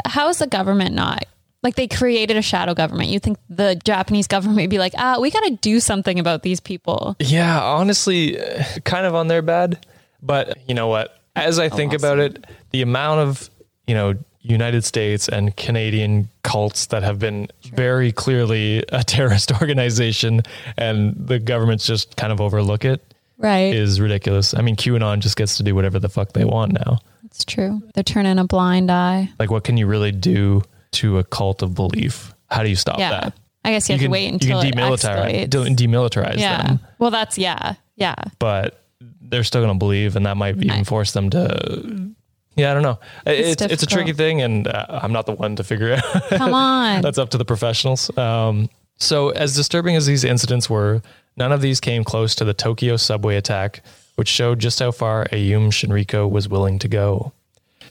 Speaker 6: how is the government not? Like they created a shadow government. You'd think the Japanese government would be like, ah, we got to do something about these people.
Speaker 1: Yeah, honestly, eh, kind of on their bad. But you know what? As I think about it, the amount of, you know, United States and Canadian cults that have been very clearly a terrorist organization and the governments just kind of overlook it
Speaker 6: Right.
Speaker 1: is ridiculous. I mean, QAnon just gets to do whatever the fuck they want now.
Speaker 6: It's true. They're turning a blind eye.
Speaker 1: Like, what can you really do to a cult of belief? How do you stop
Speaker 6: Yeah.
Speaker 1: that?
Speaker 6: I guess you, have to wait until
Speaker 1: you
Speaker 6: it
Speaker 1: can demilitarize,
Speaker 6: escalates.
Speaker 1: de- demilitarize
Speaker 6: yeah.
Speaker 1: them,
Speaker 6: Well, that's yeah. Yeah.
Speaker 1: but they're still going to believe, and that might even force them to. Yeah, I don't know. It's it's, a
Speaker 6: difficult.
Speaker 1: tricky thing, and uh, I'm not the one to figure it out.
Speaker 6: Come on.
Speaker 1: That's up to the professionals. Um, so, as disturbing as these incidents were, none of these came close to the Tokyo subway attack, which showed just how far Ayum Shinriko was willing to go.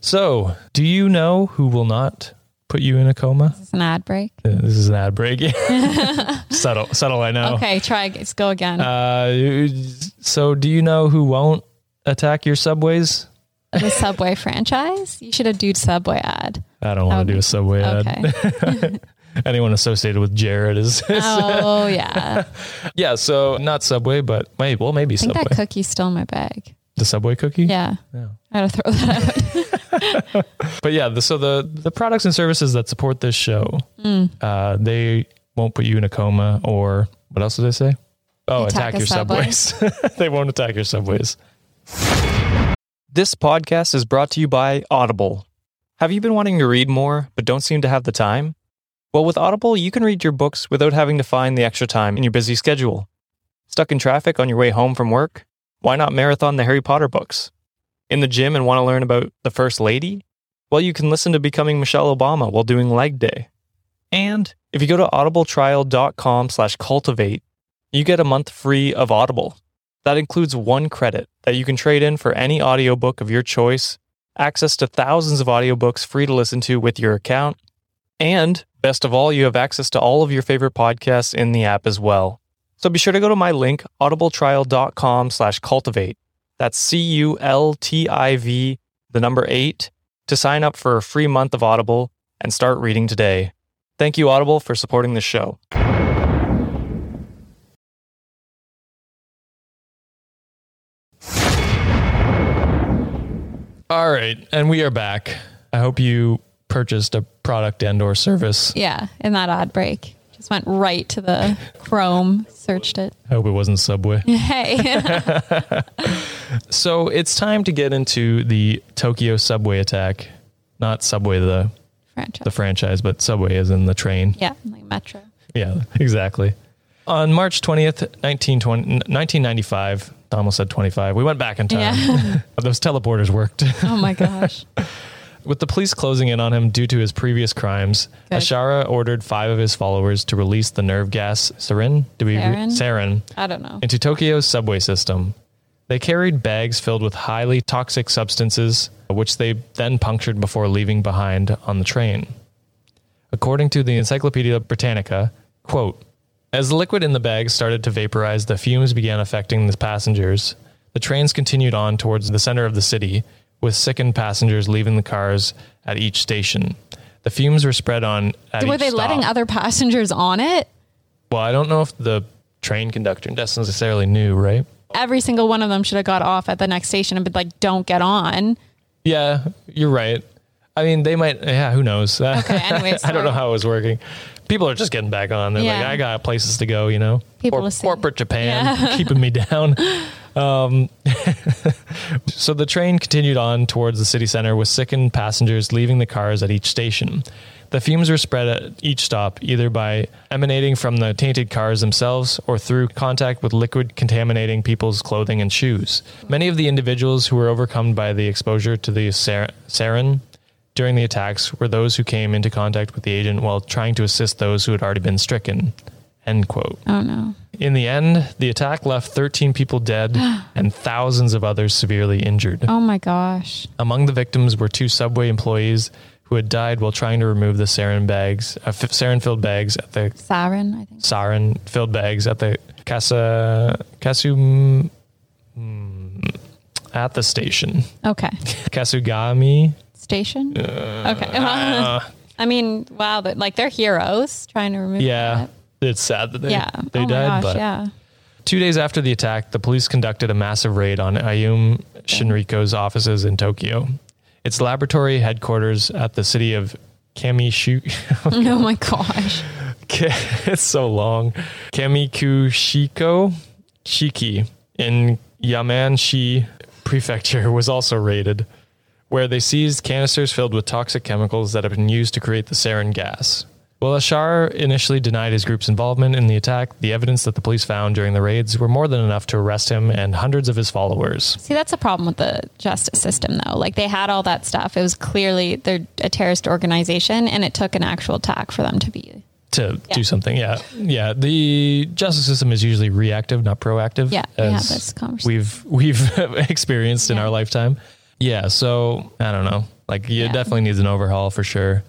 Speaker 1: So, do you know who will not put you in a coma?
Speaker 6: It's an ad break.
Speaker 1: Uh, This is an ad break. subtle, subtle. I know.
Speaker 6: Okay, try ag- let's go again.
Speaker 1: Uh, so, do you know who won't attack your subways?
Speaker 6: the Subway franchise. You should have do Subway ad.
Speaker 1: I don't want to do a subway
Speaker 6: Oh, Okay.
Speaker 1: ad. Anyone associated with Jared is
Speaker 6: oh yeah.
Speaker 1: yeah. So not subway, but maybe well maybe
Speaker 6: I think
Speaker 1: subway. Hmm.
Speaker 6: that cookie's still in my bag.
Speaker 1: the subway cookie.
Speaker 6: Yeah. I gotta throw that out.
Speaker 1: But yeah, the, so the the products and services that support this show,
Speaker 6: Hmm.
Speaker 1: uh, they won't put you in a coma or what else did I say? Oh, attack,
Speaker 6: Attack a
Speaker 1: your
Speaker 6: subway.
Speaker 1: subways. they won't attack your subways. This podcast is brought to you by Audible. Have you been wanting to read more but don't seem to have the time? Well, with Audible, you can read your books without having to find the extra time in your busy schedule. Stuck in traffic on your way home from work? Why not marathon the Harry Potter books? In the gym and want to learn about the First Lady? Well, you can listen to Becoming Michelle Obama while doing leg day. And if you go to audibletrial.com slash cultivate, you get a month free of Audible. That includes one credit that you can trade in for any audiobook of your choice, access to thousands of audiobooks free to listen to with your account, and best of all, you have access to all of your favorite podcasts in the app as well. So be sure to go to my link, audibletrial.com slash cultivate. That's C-U-L-T-I-V, the number eight, to sign up for a free month of Audible and start reading today. Thank you, Audible, for supporting this show. All right, and we are back. I hope you purchased a product and or service.
Speaker 6: Yeah, in that ad break. Just Just went right to the Chrome, searched it.
Speaker 1: Hope it wasn't Subway.
Speaker 6: Hey,
Speaker 1: So it's time to get into the Tokyo subway attack. Not Subway, the,
Speaker 6: franchise.
Speaker 1: the franchise, but Subway is in the train.
Speaker 6: yeah, like Metro.
Speaker 1: Yeah, exactly. On March 20th, 1920, 1995, I almost said 25. We went back in time.
Speaker 6: Yeah.
Speaker 1: Those teleporters worked.
Speaker 6: Oh my gosh.
Speaker 1: With the police closing in on him due to his previous crimes,
Speaker 6: Good.
Speaker 1: Ashara ordered five of his followers to release the nerve gas sarin, do we
Speaker 6: Sarin?
Speaker 1: sarin
Speaker 6: I don't know.
Speaker 1: into Tokyo's subway system. They carried bags filled with highly toxic substances, which they then punctured before leaving behind on the train. According to the Encyclopedia Britannica, quote, as the liquid in the bags started to vaporize, the fumes began affecting the passengers. The trains continued on towards the center of the city, with sickened passengers leaving the cars at each station. The fumes were spread on at
Speaker 6: Were
Speaker 1: each
Speaker 6: they letting
Speaker 1: stop.
Speaker 6: other passengers on it?
Speaker 1: Well, I don't know if the train conductor necessarily knew, right?
Speaker 6: Every single one of them should have got off at the next station and been like, "Don't get on."
Speaker 1: Yeah, you're right. I mean, they might. Yeah, who knows?
Speaker 6: Okay. Anyways,
Speaker 1: I don't know how it was working. People are just getting back on. They're like,
Speaker 6: Yeah.
Speaker 1: I got places to go, you know.
Speaker 6: People to see.
Speaker 1: corporate Japan keeping me down. Um, so the train continued on towards the city center with sickened passengers leaving the cars at each station. The fumes were spread at each stop, either by emanating from the tainted cars themselves or through contact with liquid contaminating people's clothing and shoes. Many of the individuals who were overcome by the exposure to the sar- sarin during the attacks were those who came into contact with the agent while trying to assist those who had already been stricken. End quote.
Speaker 6: Oh no.
Speaker 1: In the end, the attack left 13 people dead and thousands of others severely injured.
Speaker 6: Oh my gosh.
Speaker 1: Among the victims were two subway employees who had died while trying to remove the sarin bags, uh, f- sarin-filled bags at the
Speaker 6: Siren, I think.
Speaker 1: sarin-filled bags at the Casa Kasum at the station.
Speaker 6: Okay.
Speaker 1: Kasugami.
Speaker 6: Station. okay. I mean, wow. That like they're heroes trying to remove.
Speaker 1: Yeah,
Speaker 6: that.
Speaker 1: it's sad that they
Speaker 6: yeah.
Speaker 1: they
Speaker 6: oh
Speaker 1: died,
Speaker 6: My gosh,
Speaker 1: but
Speaker 6: yeah.
Speaker 1: Two days after the attack, the police conducted a massive raid on Ayum Shinriko's offices in Tokyo. Its laboratory headquarters at the city of Kamishu.
Speaker 6: Oh my gosh.
Speaker 1: it's so long. Kamikushiko Shiki in Yamanshi Prefecture was also raided, where they seized canisters filled with toxic chemicals that have been used to create the sarin gas. While Ashar initially denied his group's involvement in the attack, the evidence that the police found during the raids were more than enough to arrest him and hundreds of his followers.
Speaker 6: See, that's the problem with the justice system, though. Like they had all that stuff. It was clearly they're a terrorist organization, and it took an actual attack for them to be.
Speaker 1: to do something. Yeah. Yeah. The justice system is usually reactive, not proactive.
Speaker 6: Yeah, we had
Speaker 1: as
Speaker 6: this conversation.
Speaker 1: We've we've experienced in
Speaker 6: Yeah.
Speaker 1: our lifetime. Yeah. So I don't know. Like it
Speaker 6: Yeah.
Speaker 1: definitely needs an overhaul for sure.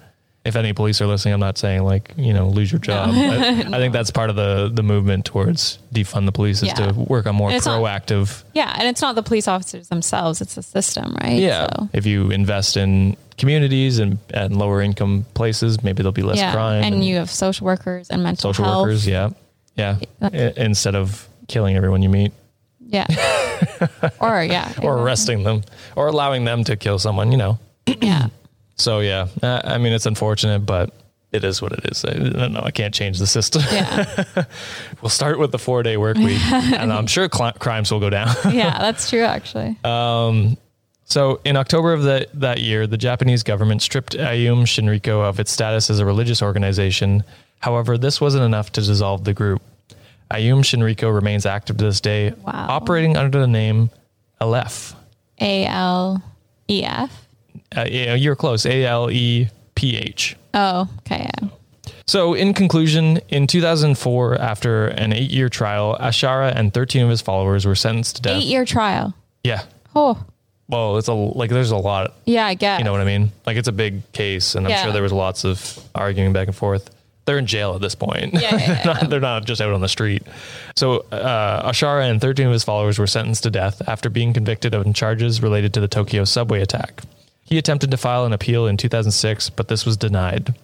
Speaker 1: If any police are listening, I'm not saying like, you know, lose your job. I, I think that's part of the the movement towards defund the police is
Speaker 6: Yeah.
Speaker 1: to work on more
Speaker 6: And it's not-
Speaker 1: proactive.
Speaker 6: Yeah, and it's not the police officers themselves; it's the system, right?
Speaker 1: Yeah.
Speaker 6: So,
Speaker 1: If you invest in communities and, and lower income places, maybe there'll be less
Speaker 6: yeah,
Speaker 1: crime.
Speaker 6: and you have social workers and mental
Speaker 1: social
Speaker 6: health. Uh,
Speaker 1: workers. Yeah, yeah. I- instead of killing everyone you meet,
Speaker 6: Yeah. or yeah.
Speaker 1: or arresting them, or allowing them to kill someone, you know.
Speaker 6: Yeah.
Speaker 1: So yeah, uh, I mean it's unfortunate, but it is what it is. I I don't know. I can't change the system.
Speaker 6: Yeah.
Speaker 1: we'll start with the four day work week, and I'm sure cl- crimes will go down.
Speaker 6: Yeah. That's true, actually.
Speaker 1: So, in October of the, that year, the Japanese government stripped Ayum Shinriko of its status as a religious organization. However, this wasn't enough to dissolve the group. Ayum Shinriko remains active to this day,
Speaker 6: Wow.
Speaker 1: operating under the name Aleph.
Speaker 6: A L E F.
Speaker 1: Uh, yeah, you're close. A L E P H.
Speaker 6: Oh, okay. Yeah.
Speaker 1: So, in conclusion, in 2004, after an eight year trial, Ashara and 13 of his followers were sentenced to death.
Speaker 6: Eight year trial.
Speaker 1: Yeah.
Speaker 6: Oh,
Speaker 1: Well, it's a like there's a lot
Speaker 6: yeah. I guess.
Speaker 1: You know what I mean? Like it's a big case, and I'm
Speaker 6: Yeah.
Speaker 1: sure there was lots of arguing back and forth. They're in jail at this point.
Speaker 6: Yeah, yeah, yeah.
Speaker 1: Not- they're not just out on the street. So uh, Ashara and 13 of his followers were sentenced to death after being convicted of charges related to the Tokyo subway attack. He attempted to file an appeal in 2006, but this was denied.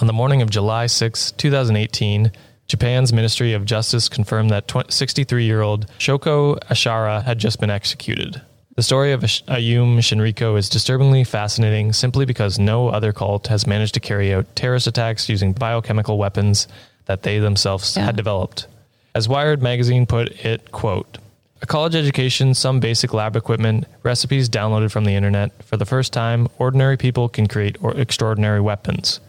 Speaker 1: On the morning of July 6, 2018, Japan's Ministry of Justice confirmed that 63 year old Shoko Ashara had just been executed. The story of Ash- Ayum Shinriko is disturbingly fascinating simply because no other cult has managed to carry out terrorist attacks using biochemical weapons that they themselves
Speaker 6: Yeah.
Speaker 1: had developed. As Wired magazine put it, quote, a college education, some basic lab equipment, recipes downloaded from the internet. For the first time, ordinary people can create or extraordinary weapons.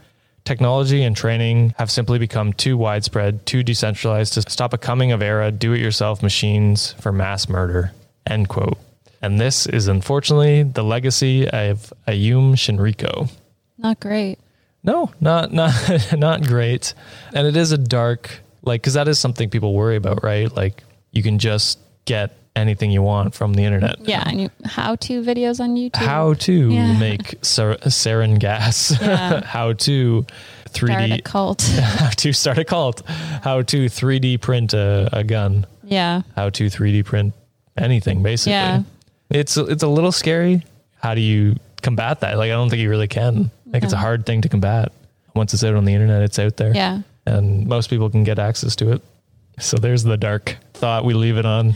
Speaker 1: Technology and training have simply become too widespread, too decentralized to stop a coming of era do it yourself machines for mass murder. End quote. And this is unfortunately the legacy of Ayum Shinriko.
Speaker 6: Not great.
Speaker 1: No, not not not great. And it is a dark like cuz that is something people worry about, right? Like you can just get anything you want from the internet.
Speaker 6: Yeah, and you how to videos on YouTube.
Speaker 1: How to
Speaker 6: Yeah.
Speaker 1: make ser- sarin gas.
Speaker 6: Yeah.
Speaker 1: How to
Speaker 6: start
Speaker 1: 3D
Speaker 6: a cult.
Speaker 1: how to start a cult. How to 3D print a, a gun.
Speaker 6: yeah.
Speaker 1: How to 3D print anything basically.
Speaker 6: Yeah.
Speaker 1: It's it's a little scary. How do you combat that? Like I don't think you really can. Like it's a
Speaker 6: No.
Speaker 1: hard thing to combat. Once it's out on the internet, it's out there
Speaker 6: Yeah.
Speaker 1: and most people can get access to it. So there's the dark thought we leave it on.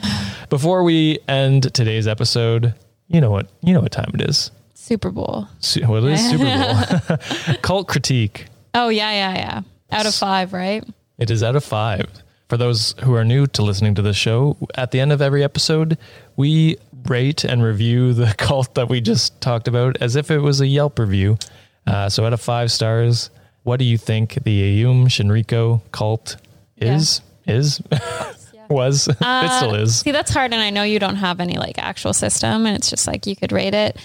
Speaker 1: Before we end today's episode, you know what you know what time it is.
Speaker 6: Super Bowl.
Speaker 1: Su- Well, it is Super Bowl. Cult critique.
Speaker 6: Oh yeah, yeah, yeah. Out of five, right?
Speaker 1: It is out of five. For those who are new to listening to this show, at the end of every episode, we rate and review the cult that we just talked about as if it was a Yelp review. Uh, so, out of five stars, what do you think the Ayum Shinriko cult is? Is? was? it still is.
Speaker 6: Uh, See, that's hard, and I know you don't have any like actual system, and it's just like you could rate it.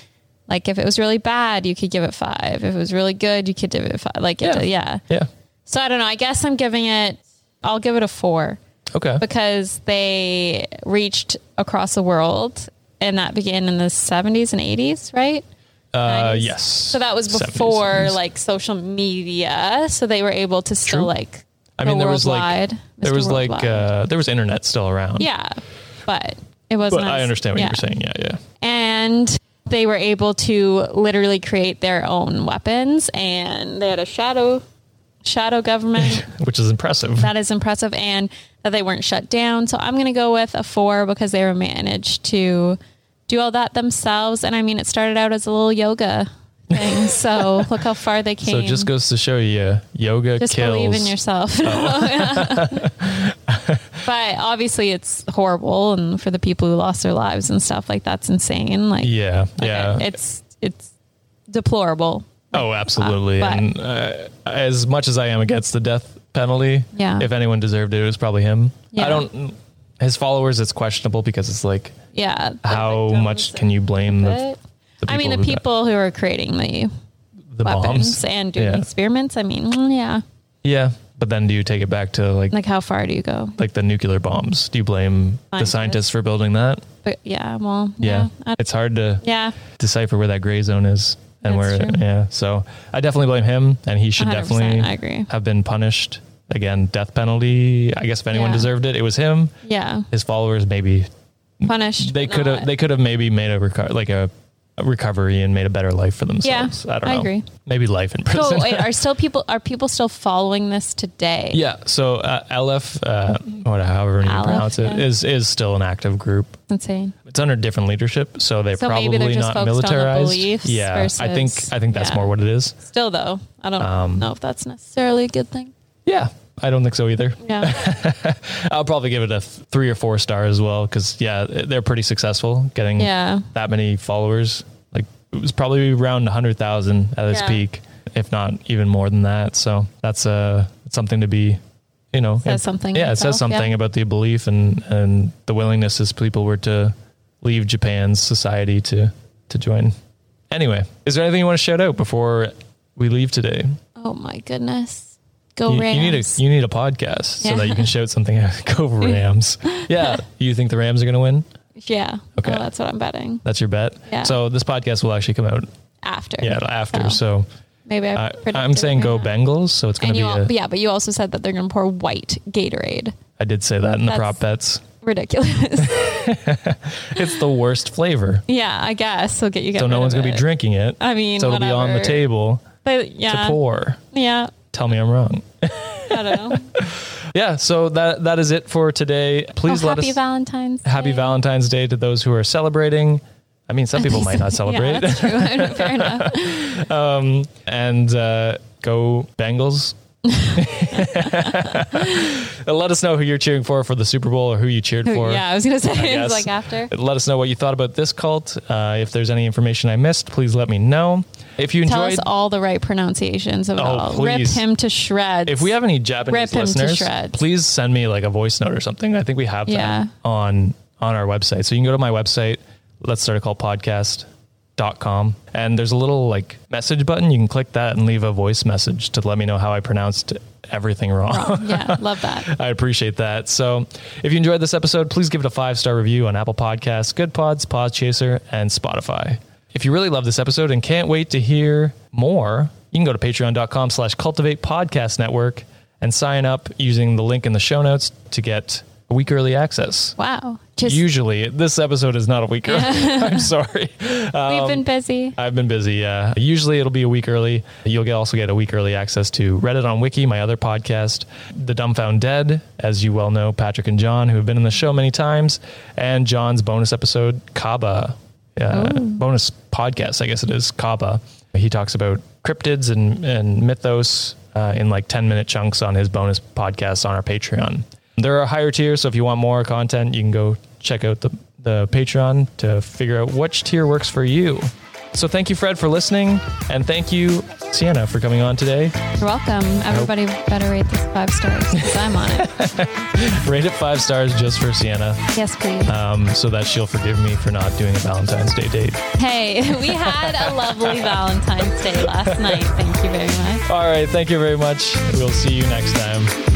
Speaker 6: Like if it was really bad, you could give it five. If it was really good, you could give it five. Like yeah. It, yeah.
Speaker 1: Yeah.
Speaker 6: So I don't know. I guess I'm giving it. I'll give it a four
Speaker 1: Okay.
Speaker 6: because they reached across the world, and that began in the 70s and 80s, right?
Speaker 1: Uh,
Speaker 6: 90s.
Speaker 1: yes.
Speaker 6: So that was
Speaker 1: 70s,
Speaker 6: before
Speaker 1: 80s.
Speaker 6: like social media, so they were able to still
Speaker 1: True.
Speaker 6: like.
Speaker 1: I mean,
Speaker 6: go
Speaker 1: there was like,
Speaker 6: worldwide,
Speaker 1: there
Speaker 6: Mr.
Speaker 1: was like,
Speaker 6: Worldwide.
Speaker 1: uh, there was internet still around.
Speaker 6: yeah, but it wasn't.
Speaker 1: But I
Speaker 6: as-
Speaker 1: understand what
Speaker 6: yeah.
Speaker 1: you were saying. Yeah. Yeah.
Speaker 6: and they were able to literally create their own weapons and they had a shadow shadow government
Speaker 1: Which is impressive.
Speaker 6: that is impressive and that they weren't shut down so i'm going to go with a four because they were managed to do all that themselves and i mean it started out as a little yoga thing so look how far they
Speaker 1: So
Speaker 6: came
Speaker 1: it just goes to show you, yoga
Speaker 6: Just
Speaker 1: kills. Oh.
Speaker 6: believe in yourself but obviously it's horrible and for the people who lost their lives and stuff like that's insane like
Speaker 1: Yeah,
Speaker 6: Okay.
Speaker 1: yeah.
Speaker 6: It's it's deplorable.
Speaker 1: oh, absolutely.
Speaker 6: Uh, but-
Speaker 1: and uh, as much as I am against the death penalty,
Speaker 6: Yeah.
Speaker 1: if anyone deserved it, it was probably him.
Speaker 6: Yeah.
Speaker 1: I don't. His followers, it's questionable because it's like,
Speaker 6: Yeah. the
Speaker 1: how
Speaker 6: victims
Speaker 1: much can you blame
Speaker 6: of
Speaker 1: the,
Speaker 6: it.
Speaker 1: the people?
Speaker 6: I mean, the
Speaker 1: who got
Speaker 6: people who are creating the
Speaker 1: the
Speaker 6: weapons
Speaker 1: bombs
Speaker 6: and doing
Speaker 1: yeah.
Speaker 6: experiments. I mean, mm, yeah.
Speaker 1: yeah. But then, do you take it back to like
Speaker 6: Like, how far do you go?
Speaker 1: like the nuclear bombs? Do you blame the
Speaker 6: Scientists.
Speaker 1: scientists for building that?
Speaker 6: But yeah, well,
Speaker 1: Yeah,
Speaker 6: yeah, I-
Speaker 1: it's hard to
Speaker 6: yeah.
Speaker 1: decipher where that gray zone is and
Speaker 6: That's
Speaker 1: where
Speaker 6: true.
Speaker 1: yeah. So I definitely blame him, and he should
Speaker 6: 100%,
Speaker 1: definitely
Speaker 6: I agree.
Speaker 1: have been punished. Again, death penalty. I guess if anyone
Speaker 6: Yeah.
Speaker 1: deserved it, it was him.
Speaker 6: Yeah,
Speaker 1: His followers maybe
Speaker 6: punished.
Speaker 1: they
Speaker 6: but
Speaker 1: could
Speaker 6: not.
Speaker 1: have they could have maybe made a reco- like a, a recovery and made a better life for themselves. I don't know.
Speaker 6: I agree.
Speaker 1: Maybe life in prison.
Speaker 6: So wait, are still people are people still following this today?
Speaker 1: yeah. So uh, LF, uh, whatever, however you
Speaker 6: Aleph,
Speaker 1: pronounce it, is
Speaker 6: yeah.
Speaker 1: is still an active group.
Speaker 6: It's insane.
Speaker 1: It's under different leadership, so they're
Speaker 6: So
Speaker 1: probably
Speaker 6: maybe they're just
Speaker 1: not
Speaker 6: focused on the
Speaker 1: militarized.
Speaker 6: beliefs
Speaker 1: yeah, I think
Speaker 6: versus-
Speaker 1: I think that's
Speaker 6: yeah.
Speaker 1: more what it is.
Speaker 6: Still though, I don't
Speaker 1: Um,
Speaker 6: know if that's necessarily a good thing.
Speaker 1: Yeah, I don't think so either.
Speaker 6: Yeah,
Speaker 1: I'll probably give it a th- three or four star as well because yeah, they're pretty successful getting
Speaker 6: yeah.
Speaker 1: that many followers. Like it was probably around hundred thousand at its
Speaker 6: Yeah.
Speaker 1: peak, if not even more than that. So that's uh, something to be, you know,
Speaker 6: Says
Speaker 1: it-
Speaker 6: something
Speaker 1: Yeah, it says
Speaker 6: itself, yeah.
Speaker 1: something about the belief and and the willingness as people were to leave Japan's society to to join. Anyway, is there anything you want to shout out before we leave today?
Speaker 6: Oh my goodness. Go
Speaker 1: you,
Speaker 6: Rams.
Speaker 1: you need a you need a podcast so
Speaker 6: Yeah.
Speaker 1: that you can shout something out. Go Rams. yeah. You think the Rams are gonna win?
Speaker 6: yeah.
Speaker 1: Okay.
Speaker 6: Oh, that's what I'm betting.
Speaker 1: That's your bet.
Speaker 6: Yeah.
Speaker 1: So this podcast will actually come out
Speaker 6: After.
Speaker 1: yeah after.
Speaker 6: Oh.
Speaker 1: So
Speaker 6: Maybe I
Speaker 1: I,
Speaker 6: predicted
Speaker 1: I'm saying
Speaker 6: it
Speaker 1: go
Speaker 6: right.
Speaker 1: Bengals. So it's gonna
Speaker 6: And
Speaker 1: be.
Speaker 6: you all,
Speaker 1: a-
Speaker 6: yeah, but you also said that they're going to pour white Gatorade.
Speaker 1: I did say that in the
Speaker 6: That's-
Speaker 1: prop bets.
Speaker 6: Ridiculous.
Speaker 1: It's the worst flavor.
Speaker 6: yeah, I guess we'll get you.
Speaker 1: So no one's gonna be drinking it.
Speaker 6: I mean,
Speaker 1: so it'll be on the
Speaker 6: whatever.
Speaker 1: table
Speaker 6: But
Speaker 1: to
Speaker 6: yeah,
Speaker 1: pour.
Speaker 6: yeah.
Speaker 1: Tell me I'm wrong.
Speaker 6: I don't know.
Speaker 1: Yeah. So that that is it for today. Please
Speaker 6: Oh,
Speaker 1: let
Speaker 6: happy
Speaker 1: us.
Speaker 6: Valentine's.
Speaker 1: happy
Speaker 6: Day.
Speaker 1: Valentine's Day to those who are celebrating. I mean, some people might not celebrate.
Speaker 6: Yeah, that's true. Fair enough.
Speaker 1: and uh, go Bengals. And let us know who you're cheering for for the Super Bowl or who you cheered for.
Speaker 6: yeah, I was gonna say
Speaker 1: guess.
Speaker 6: it's like after.
Speaker 1: Let us know what you thought about this cult. Uh, if there's any information I missed, please let me know. If you
Speaker 6: Tell
Speaker 1: enjoyed,
Speaker 6: us all the right pronunciations of it
Speaker 1: Oh,
Speaker 6: all.
Speaker 1: please.
Speaker 6: Rip him to shreds.
Speaker 1: if we have any Japanese
Speaker 6: Rip him to
Speaker 1: listeners,
Speaker 6: shreds.
Speaker 1: please send me like a voice note or something. I think we have
Speaker 6: Yeah.
Speaker 1: that on on our website. So you can go to my website, let's start a call podcast.com and there's a little like message button. You can click that and leave a voice message to let me know how I pronounced everything wrong.
Speaker 6: yeah, love that.
Speaker 1: I appreciate that. So, if you enjoyed this episode, please give it a five star review on Apple Podcasts, Good Pods, Podchaser, and Spotify. If you really love this episode and can't wait to hear more, you can go to patreon.com slash cultivate podcast network and sign up using the link in the show notes to get a week early access.
Speaker 6: Wow, just
Speaker 1: Usually, this episode is not a week early. I'm sorry. um,
Speaker 6: we've been busy.
Speaker 1: I've been busy. Yeah. Usually it'll be a week early. You'll get also get a week early access to Reddit on Wiki, my other podcast, The Dumbfound Dead, as you well know, Patrick and John, who have been in the show many times, and John's bonus episode, Kaba, uh, bonus podcast, I guess it is, Kaba. He talks about cryptids and, and mythos uh, in like 10 minute chunks on his bonus podcast on our Patreon. There are higher tiers, so if you want more content, you can go check out the, the Patreon to figure out which tier works for you. So thank you, Fred, for listening, and thank you, Sienna, for coming on today.
Speaker 6: You're welcome. Everybody better rate this five stars because I'm on it.
Speaker 1: Rate it five stars just for Sienna,
Speaker 6: Yes, please.
Speaker 1: um, so that she'll forgive me for not doing a Valentine's Day date.
Speaker 6: Hey, we had a lovely Valentine's Day last night. Thank you very much.
Speaker 1: All right, thank you very much. We'll see you next time.